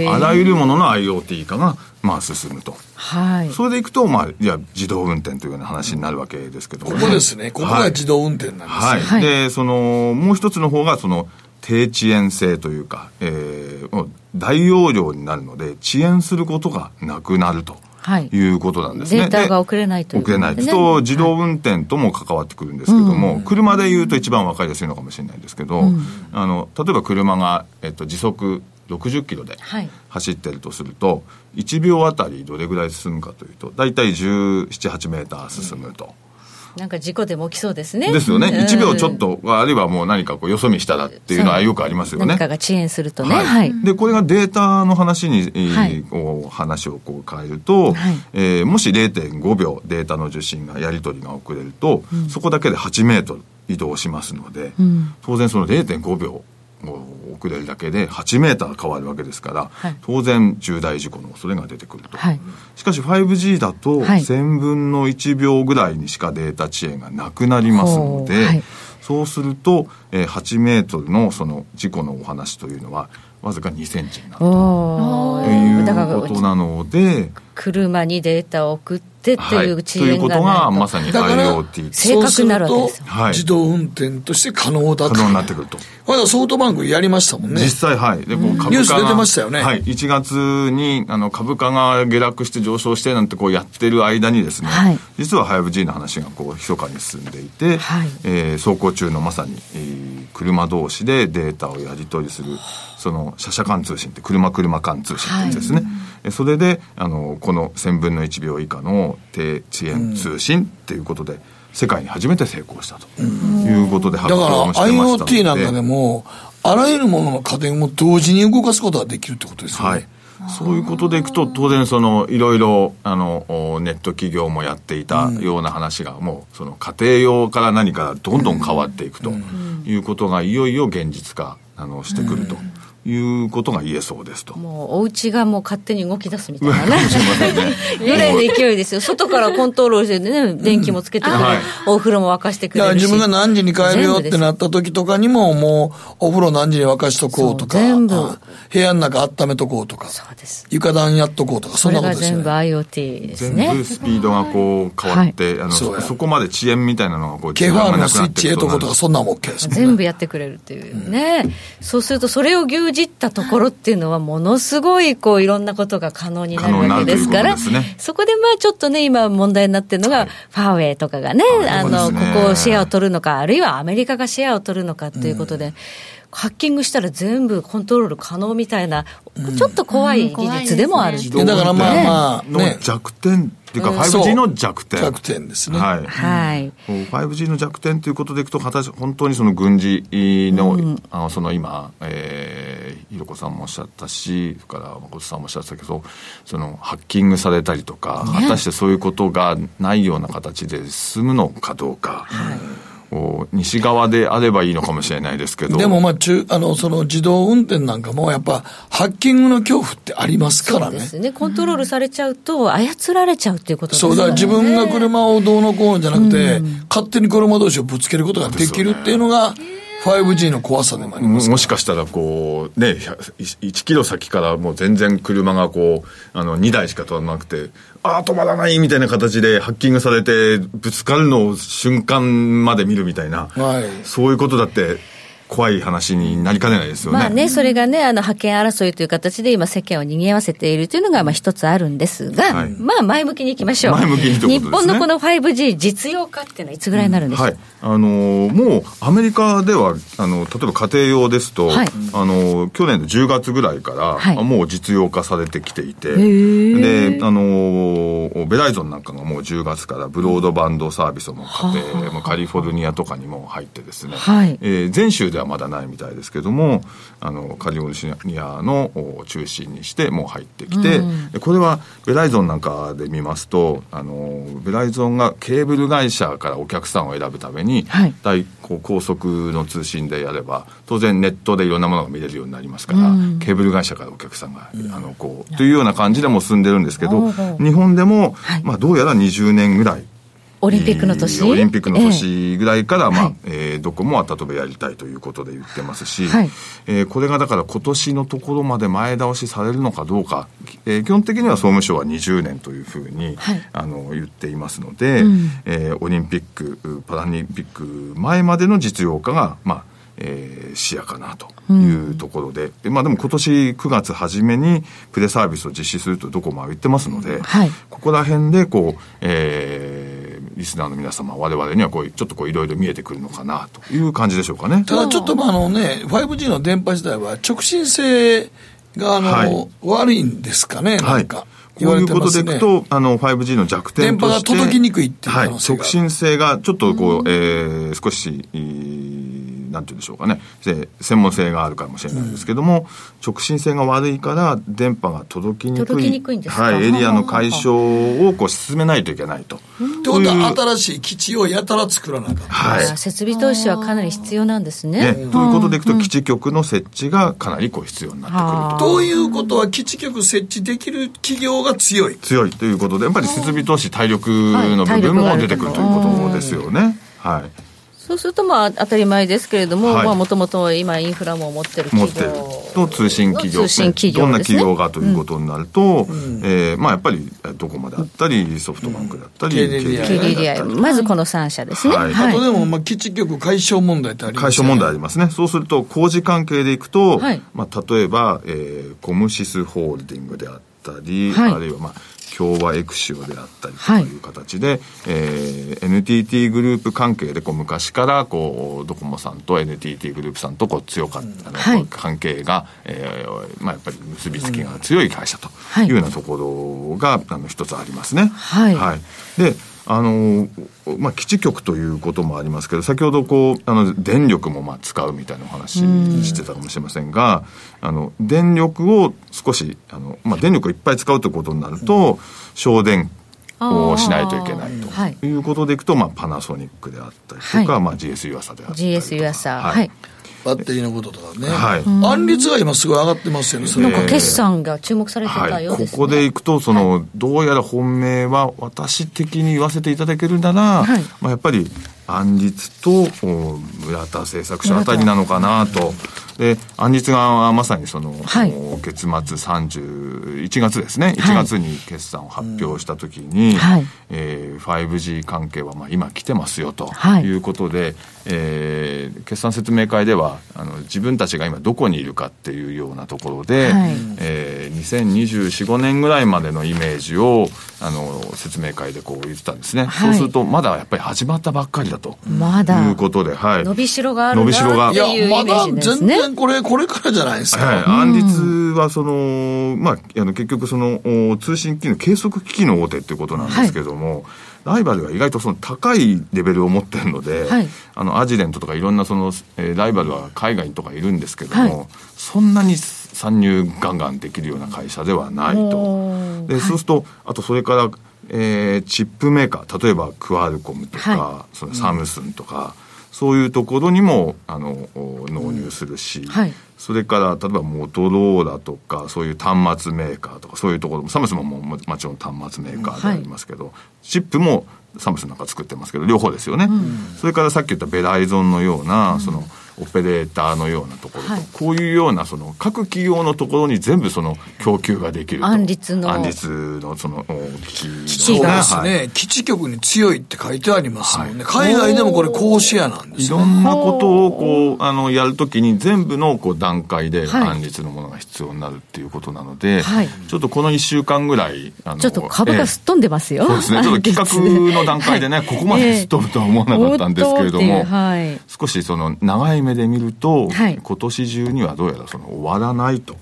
L: ー
D: あらゆるものの IoT 化が、まあ、進むと、
C: はい
D: それでいくと、まあ、いや自動運転というような話になるわけですけど
B: ここですねここが自動運転なんですよ、
D: はい、でそのもう一つの方がその低遅延性というか、えーもう大容量になるので遅延することがなくなると
C: はい
D: いうことなんですね。
C: データ
D: で
C: が遅れないという
D: 遅れない。
C: です
D: と、自動運転とも関わってくるんですけども、車で言うと一番分かりやすいのかもしれないですけど、
L: うん
D: あの例えば車が、えっと、時速60キロで
L: はい
D: 走ってるとすると、1秒あたりどれぐらい進むかというと、大体17、8メーター進むと。
C: なんか事故でも起きそうですね
D: ですよね。
C: うん
D: 1秒ちょっと、あるいはもう何かこう、よそ見したらっていうのはよくありますよね。
C: 何かが遅延するとねはい、
D: でこれがデータの話に、えー
C: はい
D: こう話をこう変えると、
C: はい
D: えーもし0.5秒データの受信がやり取りが遅れると、
L: うん
D: そこだけで8メートル移動しますので、
L: うん
D: 当然その0.5秒を遅れるだけで8メーター変わるわけですから、
L: はい
D: 当然重大事故の恐れが出てくると、
L: はい
D: しかし 5G だと
L: はい
D: 1000分の1秒ぐらいにしかデータ遅延がなくなりますので、
L: ほうはい
D: そうすると、えー8メートルのその事故のお話というのはわずか2センチになる
C: お
D: と
C: ー
D: いうことなので、
C: 車にデータを送ってという
D: はい
C: 遅延がないと,、
D: ということがまさに
B: だから
D: IoT
C: 正確になるわけです
B: そう
C: よ
B: ると自動運転として可能だと
D: 可能になってくると
B: これはソフトバンクやりましたもんね
D: 実際はいでこ
B: う
D: うん株価が
B: ニュース出てましたよね
D: はい、1月にあの株価が下落して上昇してなんてこうやってる間にですね、実は 5G の話がこう密かに進んでいて、えー走行中のまさに、えー車同士でデータをやり取りするその車車間通信って車車間通信ってやつですね、えそれであのこの1000分の1秒以下の低遅延通信っていうことで、世界に初めて成功したということで
B: だか
D: 発表
B: ら
D: をしてましたので
B: IoT なんかでも、あらゆるものの家電を同時に動かすことができるってことですよね。
D: そういうことでいくと、当然その、いろいろ、あの、おネット企業もやっていたような話が、もう、その家庭用から何からどんどん変わっていくということが、いよいよ現実化、あの、してくるということが言えそうですと。
C: もうお家がもう勝手に動き出すみたいなね
D: うわすいませんね
C: ぐらいの勢いですよ外からコントロールしてね電気もつけてくれる、
B: はい
C: お風呂も沸かしてく
B: だから
C: れるし
B: 自分が何時に帰るよってなった時とかにも、もう、お風呂何時に沸かしとこうとか、あ部屋の中温めとこうとか、床暖やっとこうとか、そ
C: そ
B: ん
C: れ
B: なこ
C: が
B: とですよ
C: 全
B: ね。
C: 部 IoT です
D: 全
C: ね
D: 部スピードがこう変わって、あの
B: そう
D: そ
B: や
D: そこまで遅延みたいなのがこう
B: ケファーのスイッチへ
D: へ
B: とことか、そんなんも OK です。
C: 全部やってくれるっていうね、そうするとそれを牛耳ったところっていうのはものすごいこういろんなことが可能になるわけですから
D: 可能になるということですね
C: そこでまあちょっとね今問題になってるのが、ファーウェイとかがねあのここをシェアを取るのかあるいはアメリカがシェアを取るのかということで、ハッキングしたら全部コントロール可能みたいな、ちょっと怖い技術でもあるっていう
B: だからまあまあ、
D: の
B: ね。
D: 弱点っていうか
B: うん
D: 5G の弱点
B: 弱点ですね
D: はい、
C: はい、
D: こう 5G の弱点ということでいくと形本当にその軍事の,、あのその今、えー、ひろこさんもおっしゃったしそれから誠さんもおっしゃってたけどそのハッキングされたりとか、
L: ね
D: 果たしてそういうことがないような形で進むのかどうか、こう西側であればいいのかもしれないですけど
B: でもまあ、中、あの、その自動運転なんかも、やっぱ、ハッキングの恐怖ってありますからね
C: で。すねコントロールされちゃうと操られちゃうっていうことです
B: そ
C: よ
B: う、
C: ね
B: だから自分が車をどうのこうのじゃなくて、勝手に車同士をぶつけることができるっていうのが、5G の怖さでもあり
D: ももしかしたらこうね100 1キロ先からもう全然車がこうあの2台しか止まらなくてああ止まらないみたいな形でハッキングされてぶつかるのを瞬間まで見るみたいな、そういうことだって怖い話になりかねないですよね。
C: まあね、それがね、あの、覇権争いという形で今世間を賑わせているというのが、まあ一つあるんですが、
D: はい
C: まあ前向きにいきましょう。
D: 前向きにということですね
C: 日本のこの 5G 実用化っていうのはいつぐらいになるんでしょう、
D: はい、あのーもうアメリカではあの例えば家庭用ですと、
C: はい
D: あのー去年の10月ぐらいから、
C: はい
D: もう実用化されてきていて
M: ー
D: であのーベライゾンなんかがもう10月からブロードバンドサービスも家庭もうカリフォルニアとかにも入ってですね、
M: はい
D: えー全州ではまだないみたいですけどもあのカリフォルニアのお中心にしてもう入ってきて、
M: うん
D: でこれはベライゾンなんかで見ますとあのベライゾンがケーブル会社からお客さんを選ぶために、大こう高速の通信でやれば当然ネットでいろんなものが見れるようになりますから、
M: うん
D: ケーブル会社からお客さんが、あのこうというような感じでもう進んでるんですけ
C: お
D: ど
C: ー
D: 日本でも、まあ、どうやら20年ぐらい
C: オリンピックの年。
D: オリンピックの
C: ええ
D: 年ぐらいから、まあえーどこもは例えばやりたいということで言ってますし、
C: はい
D: えーこれがだから今年のところまで前倒しされるのかどうか、えー基本的には総務省は20年というふうに、あの言っていますので、
M: うん
D: えーオリンピックパラリンピック前までの実用化が、まあえー視野かなというところで、でまあ、でも今年9月初めにプレサービスを実施するとどこも言ってますので、
M: はい
D: ここら辺でこう、えーリスナーの皆様我々にはこうちょっとこういろいろ見えてくるのかなという感じでしょうかね。
B: ただちょっとまああのね、5G の電波自体は直進性があの、
D: はい
B: 悪いんですかね、なんか。言
D: こ
B: わ
D: う
B: れ
D: いう
B: て
D: こ
B: ま
D: と
B: す
D: でい
B: ね
D: くと、あの、5G の弱点として。
B: 電波が届きにくいっていう可
D: はい。
B: 能性が
D: 促進性が、ちょっとこう、えー少し、えーなんて言うんでしょうかね。せ専門性があるかもしれないんですけども、直進性が悪いから、電波が届きにくい。
B: 届きにくいんですか
D: はい。エリアの解消を、こう、進めないといけないと。
B: ってことは新しい基地をやたら作らなあかっ
D: はい。
C: 設備投資はかなり必要なんですね。
D: ね、ということでいくと、基地局の設置がかなりこう必要になる
B: た。ということは基地局設置できる企業が強い。
D: 強いということで、やっぱり設備投資、体力の部分も出てくるということですよね。はい。
C: そうするとまあ当たり前ですけれども、
D: はい
C: まあもともと今インフラも持ってる
D: 持
C: 企
D: ってる
C: 業。
D: と通信企業
C: 通信企業
D: どんな
C: ですね
D: 企業がということになると、えーまあ、やっぱりどこまであったりソフトバンクだったり、KDDI だったり
C: KDDI、まずこの3社ですね。
D: はい
B: あとでも、まあ、基地局解消問題ってありま
D: 解
B: すよ
D: 消
B: ね
D: 問題ありますね。そうすると、工事関係でいくと、
B: はい
D: まあ、例えば、えーコムシスホールディングであったり、
B: はい
D: あるいは、まあ、共和エクシオであったりという形で、えー NTT グループ関係でこう昔からこうドコモさんと NTT グループさんとこう強かった、あの
C: はい
D: 関係が、えーまあ、やっぱり結びつきが強い会社というようなところがあの一つありますね。
C: はい
D: であのまあ、基地局ということもありますけど先ほどこうあの電力もまあ使うみたいなお話
L: うん
D: してたかもしれませんが、あの電力を少しあの、まあ、電力をいっぱい使うということになると、省電をしないといけないと、
C: はい
D: い、うことでいくと、まあ、パナソニックであったりとか、まあ、GS ユアサであったり
C: GS ユアサー
D: はい
C: はい
B: バッテリーのこととかね、
D: はい
C: うん
B: 安率が今すごい上がってますよねそれ
C: なんか決算が注目されてたよう
D: こ
C: ですね、
D: こでいくとその、どうやら本命は私的に言わせていただけるなら、まあ、やっぱり安立とお村田製作所あたりなのかなと。で安立がまさにその、お月末31月ですね1月に決算を発表した時に、えー 5G 関係はまあ今来てますよということで、えー決算説明会ではあの自分たちが今どこにいるかっていうようなところで、
L: はい
D: えー2024、5年ぐらいまでのイメージをあの説明会でこう言ってたんですね、
C: はい
D: そうするとまだやっぱり始まったばっかりだと
C: まだ
D: いうことで、はい、
C: 伸びしろがある
D: 伸びしろ
C: な
D: が
C: っていうイメージですね。
B: これこれからじゃないですか、
D: はい、安立はその、まあ、あの結局そのお通信機能計測機器の大手っていうことなんですけども、ライバルが意外とその高いレベルを持ってるので、
L: はい
D: あのアジデントとかいろんなその、えーライバルは海外とかいるんですけども、
L: はい
D: そんなに参入ガンガンできるような会社ではないと。でそうするとあとそれから、えーチップメーカー例えばクアルコムとか、
L: は
D: そのサムスンとか、そういうところにもあのお納入するし、
L: はい
D: それから例えばモトローラとかそういう端末メーカーとかそういうところもサムスンももうももちろん端末メーカーでありますけど、チップもサムスンなんか作ってますけど両方ですよね、それからさっき言ったベライゾンのような、そのオペレーターのようなところと、こういうようなその各企業のところに全部その供給ができると
C: 安立の
D: 安立のそのお機
B: 基
D: 器
B: 地
D: が
B: ですね、
D: はい
B: 基地局に強いって書いてありますもんね、海外でもこれ高シェアなんです
D: いろんなことをこうあのやるときに全部のこう段階で
B: はい
D: 安立のものが必要になるっていうことなので、
C: はい
D: ちょっとこの1週間ぐらいあの
C: ちょっと株がすっ飛んでます
D: ええ
C: よ。
D: そうですねちょっと 企画の段階でね、ここまで飛ぶとは思わ なかったんですけれども、
C: おっとっていうはい
D: 少しその長い目で見ると、今年中にはどうやらその終わらないと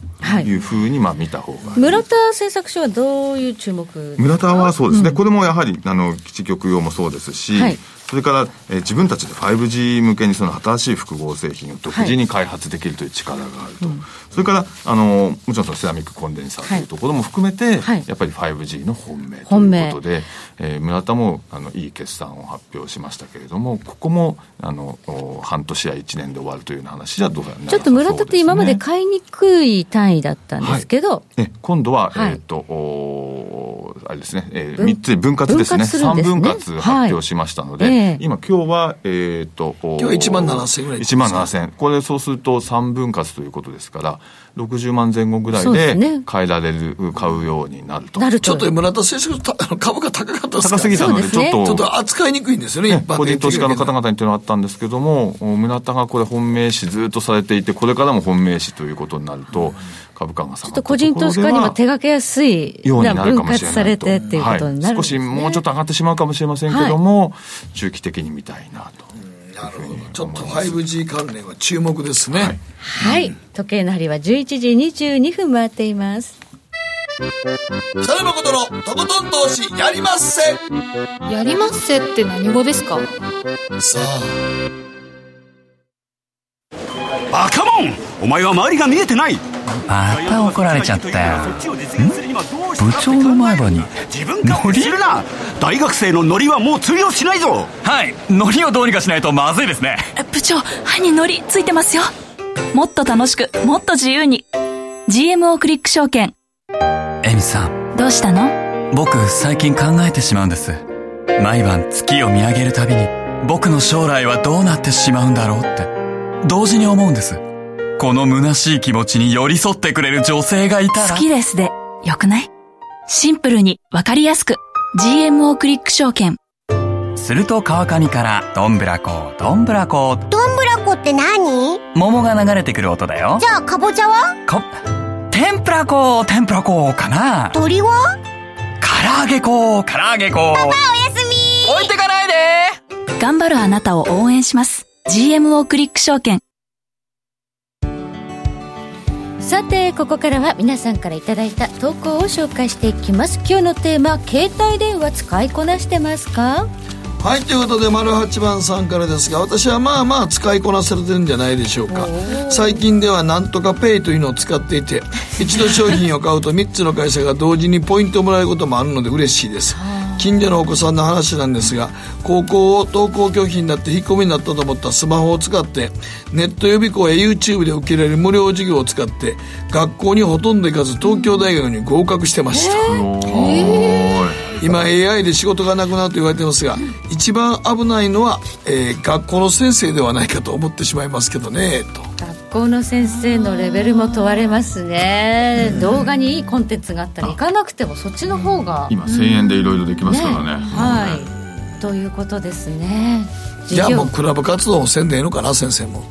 D: いうふうにまあ見た方が
C: 村田製作所はどういう注目
D: 村田はそうですね、これもやはりあの基地局用もそうですし、
C: はい
D: それから、えー自分たちで 5G 向けにその新しい複合製品を独自に開発できるという力があると、それからあのもちろんそのセラミックコンデンサーというところも含めて、やっぱり 5G の本命と
C: 本
D: いう
C: 命
D: ことで、えー村田もあのいい決算を発表しましたけれどもここもあのお半年や1年で終わるというような話じゃどうかならな
C: ち
D: さ
C: ょっと村田って今まで
D: そうすね
C: 買いにくい単位だったんですけど、
D: え今度は、
C: はい
D: えっ、とおーあれですね、えー、
C: 分
D: 3つに分割ですね
C: 分割するんですね
D: 3分割発表しましたので、
C: はいええ
D: 今今日はえっ、と今
B: 今日は17,000ぐらいです
D: 1万7000これそうすると3分割ということですから60万前後ぐらい
B: そうで
D: です
B: ね
D: 買えられる、買うようになると
B: ちょっと村田先生たあの株価高かったですから
D: 高すぎたのでちょっと
B: ちょっと扱いにくいんですよね、一般
D: 個
B: 的
D: 人
B: に
D: 投資家の方々にというのはあったんですけども、お村田がこれ本命視ずっとされていて、これからも本命視ということになると、株価が下
C: ちょっ
D: が
C: と
D: った
C: 個
D: と
C: 人
D: ころ
C: 投資
D: で
C: 家に
D: は
C: も手がけやすい
D: ようになるか
C: 分
D: もし
C: 割
D: れないと
C: されてっていうことになるん
D: は
C: で
D: い、
C: す
D: 少
C: ね
D: しもうちょっと上がってしまうかもしれませんけども、中期的に見たいなと
B: なるほどちょっと 5G 関連は注目ですね、
C: はい、時計の針は11時22分回っています
B: さらばことのとことん投資やりまっせ
A: やりまっせって何語ですか
B: さ
G: バカモンお前は周りが見えてない
M: また怒られちゃったよ
G: 部長の前歯に自分勝手にするな大学生のノリはもう通用しないぞ
M: はいノリをどうにかしないとまずいですね
N: 部長歯にのりついてますよもっと楽しくもっと自由に GMO クリック証券
M: エミさん
N: どうしたの
M: 僕最近考えてしまうんです毎晩月を見上げるたびに僕の将来はどうなってしまうんだろうって同時に思うんですこの虚しい気持ちに寄り添ってくれる女性がいたら
N: 好きですでよくないシンプルにわかりやすく GMO クリック証券
M: すると川上からどんぶらこどんぶらこ
O: どんぶらこって何
M: 桃が流れてくる音だよ
O: じゃあかぼちゃは
M: 天ぷらこ天ぷらこかな
O: 鳥は
M: 唐揚げ粉唐揚げ粉パパおや
J: すみ
M: 置いてかないで
N: 頑張るあなたを応援します。GMO クリック証券。
C: さてここからは皆さんからいただいた投稿を紹介していきます今日のテーマ携帯電話使いこなしてますか
B: はいということで丸八番さんからですが私はまあまあ使いこなされてるんじゃないでしょうか最近ではなんとかペイというのを使っていて一度商品を買うと3つの会社が同時にポイントをもらえることもあるので嬉しいです近所のお子さんの話なんですが高校を登校拒否になって引っ込みになったと思ったスマホを使ってネット予備校や YouTube で受けられる無料授業を使って学校にほとんど行かず東京大学に合格してました、今 AI で仕事がなくなると言われてますが一番危ないのは、えー学校の先生ではないかと思ってしまいますけどねと
C: 学校の先生のレベルも問われますね動画にいいコンテンツがあったら行かなくてもそっちの方が
D: 今1000円でいろいろできますからね
C: はいということですね
B: じゃあもうクラブ活動もせんでええのかな先生も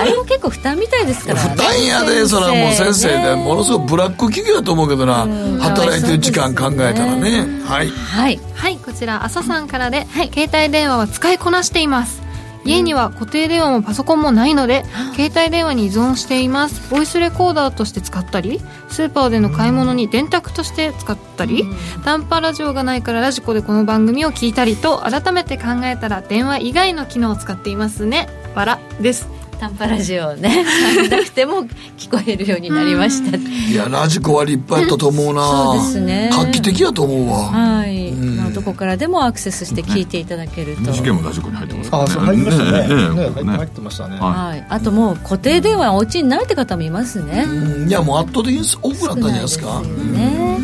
C: あれも結構負担みたいですからね
B: 大変やでそれはもう先生でものすごくブラック企業だと思うけどな働いてる時間考えたらねはい
C: はい、
A: はい、こちら朝さんからで、携帯電話は使いこなしています家には固定電話もパソコンもないので、携帯電話に依存していますボイスレコーダーとして使ったりスーパーでの買い物に電卓として使ったり、短波ラジオがないからラジコでこの番組を聞いたりと改めて考えたら電話以外の機能を使っていますねわらです
C: 短波ラジオをねなくても聞こえるようになりました
B: いやラジコは立派やったと思うな
C: そうですね
B: 画期的やと思うわ
C: はい、まあ、どこからでもアクセスして聞いていただけると、
D: 試験もラジコに入ってますから
K: あ
D: ね
K: そう入りましたね
D: ええええ
K: ね
D: ここ
K: 入ってましたね
D: は
C: はい、あともう固定電話お家にないって方もいますね
B: いやもう圧倒的に多くなったんじゃないですか
C: ね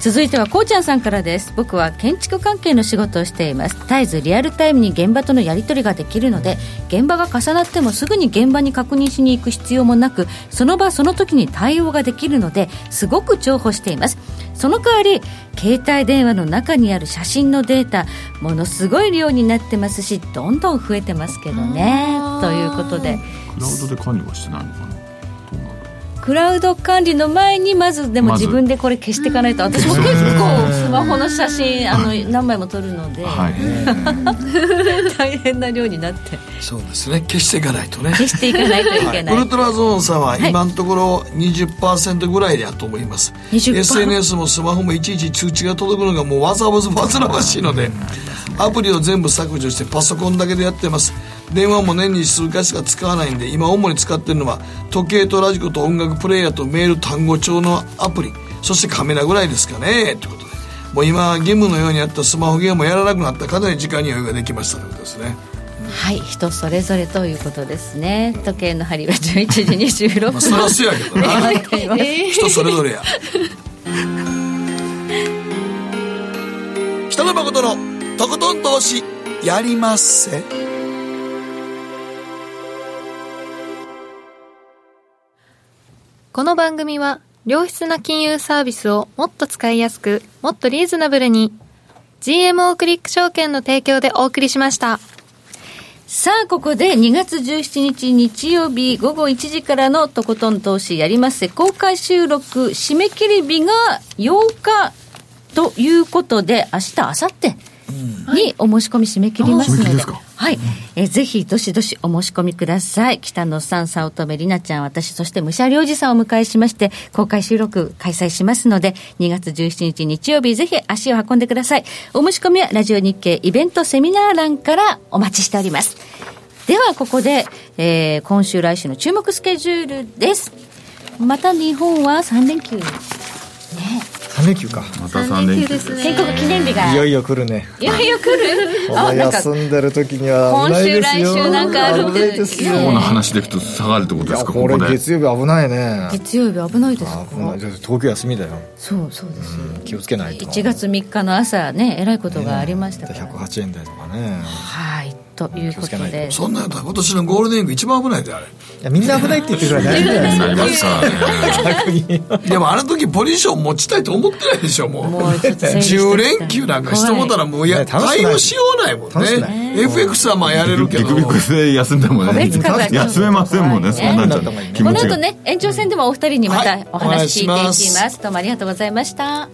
C: 続いてはこうちゃんさんからです僕は建築関係の仕事をしています絶えずリアルタイムに現場とのやり取りができるので現場が重なってもすぐに現場に確認しに行く必要もなくその場その時に対応ができるのですごく重宝していますその代わり携帯電話の中にある写真のデータものすごい量になってますしどんどん増えてますけどねということで
D: クラウドで管理はしてないのかな
C: クラウド管理の前にまずでも
D: まず
C: 自分でこれ消していかないと、私も結構スマホの写真あの何枚も撮るので、
D: はい、
C: 大変な量になって
B: そうですね消していかないとね
C: 消していかないといけない
B: ウルトラゾーンさんは今のところ20%ぐらいだと思います、
C: 20%
B: SNS もスマホもいちいち通知が届くのがもうわざわざ煩わしいのでアプリを全部削除してパソコンだけでやってます電話も年に数回しか使わないんで今主に使ってるのは時計とラジコと音楽プレイヤーとメール単語帳のアプリそしてカメラぐらいですかねということでもう今ゲームのようにあったスマホゲームもやらなくなったかなり時間に余裕ができましたということですね
C: はい人それぞれということですね時計の針は11時26分
B: まあそ りゃそうやけどな人それぞ れや北野誠のとことん投資やりまっせ
A: この番組は良質な金融サービスをもっと使いやすくもっとリーズナブルに GMO クリック証券の提供でお送りしました
C: さあ、ここで2月17日日曜日午後1時からのとことん投資やります公開収録締め切り日が8日ということで、明日、明後日にお申し込み締め切りますので、はい、えーぜひどしどしお申し込みください。北野さん、早乙女里奈ちゃん、私、そして武者良二さんをお迎えしまして、公開収録開催しますので、2月17日日曜日、ぜひ足を運んでください。お申し込みはラジオ日経イベントセミナー欄からお待ちしております。ではここで、えー今週来週の注目スケジュールですまた日本は3連休
K: 3連休か
D: ま
K: た
C: 3連休ですね建国記念日が
K: いよいよ来るね
C: いよいよ来る
K: この
C: あ なんか
K: 休んでる時には
C: 今
K: 危ない
C: 週
K: です
C: 来
K: よ
C: 週なんかあるって
K: 危
D: 今日の話でいくと下がるってことですかこ
K: こ
D: こ
K: れ
D: で
K: 月曜日危ないね
C: 月曜日危ないですか
K: うんちょっと東京休みだよ
C: そうそうですよ
K: 気をつけないと
C: 1月3日の朝ねえらいことがありましたから、
K: 108円台とかね
C: はいということで
B: そんなんやったら今年のゴールデンウィーク一番危ない であれ
K: いやみんな危ないって言ってるから 大丈夫じゃないですか
D: なりますからね
B: でもあの時ポジション持ちたいと思ってないでしょもう
C: もうちょっと整理して
B: 10連休なんかしてもたらもういや
K: ね楽しくない
B: 対応しようないもん
K: 楽しくな
B: ね FX はまあやれるけ
D: ビク
B: ど
D: ビクで休んでもね
C: 別格が
D: 休めませんもんねそうなっちゃう気
C: こ
D: 持
C: の
D: ち
C: 後
D: が
C: ね延長戦でもお二人にまたお話聞いていき
B: お願
C: ま
B: いし
C: すどうもありがとうございました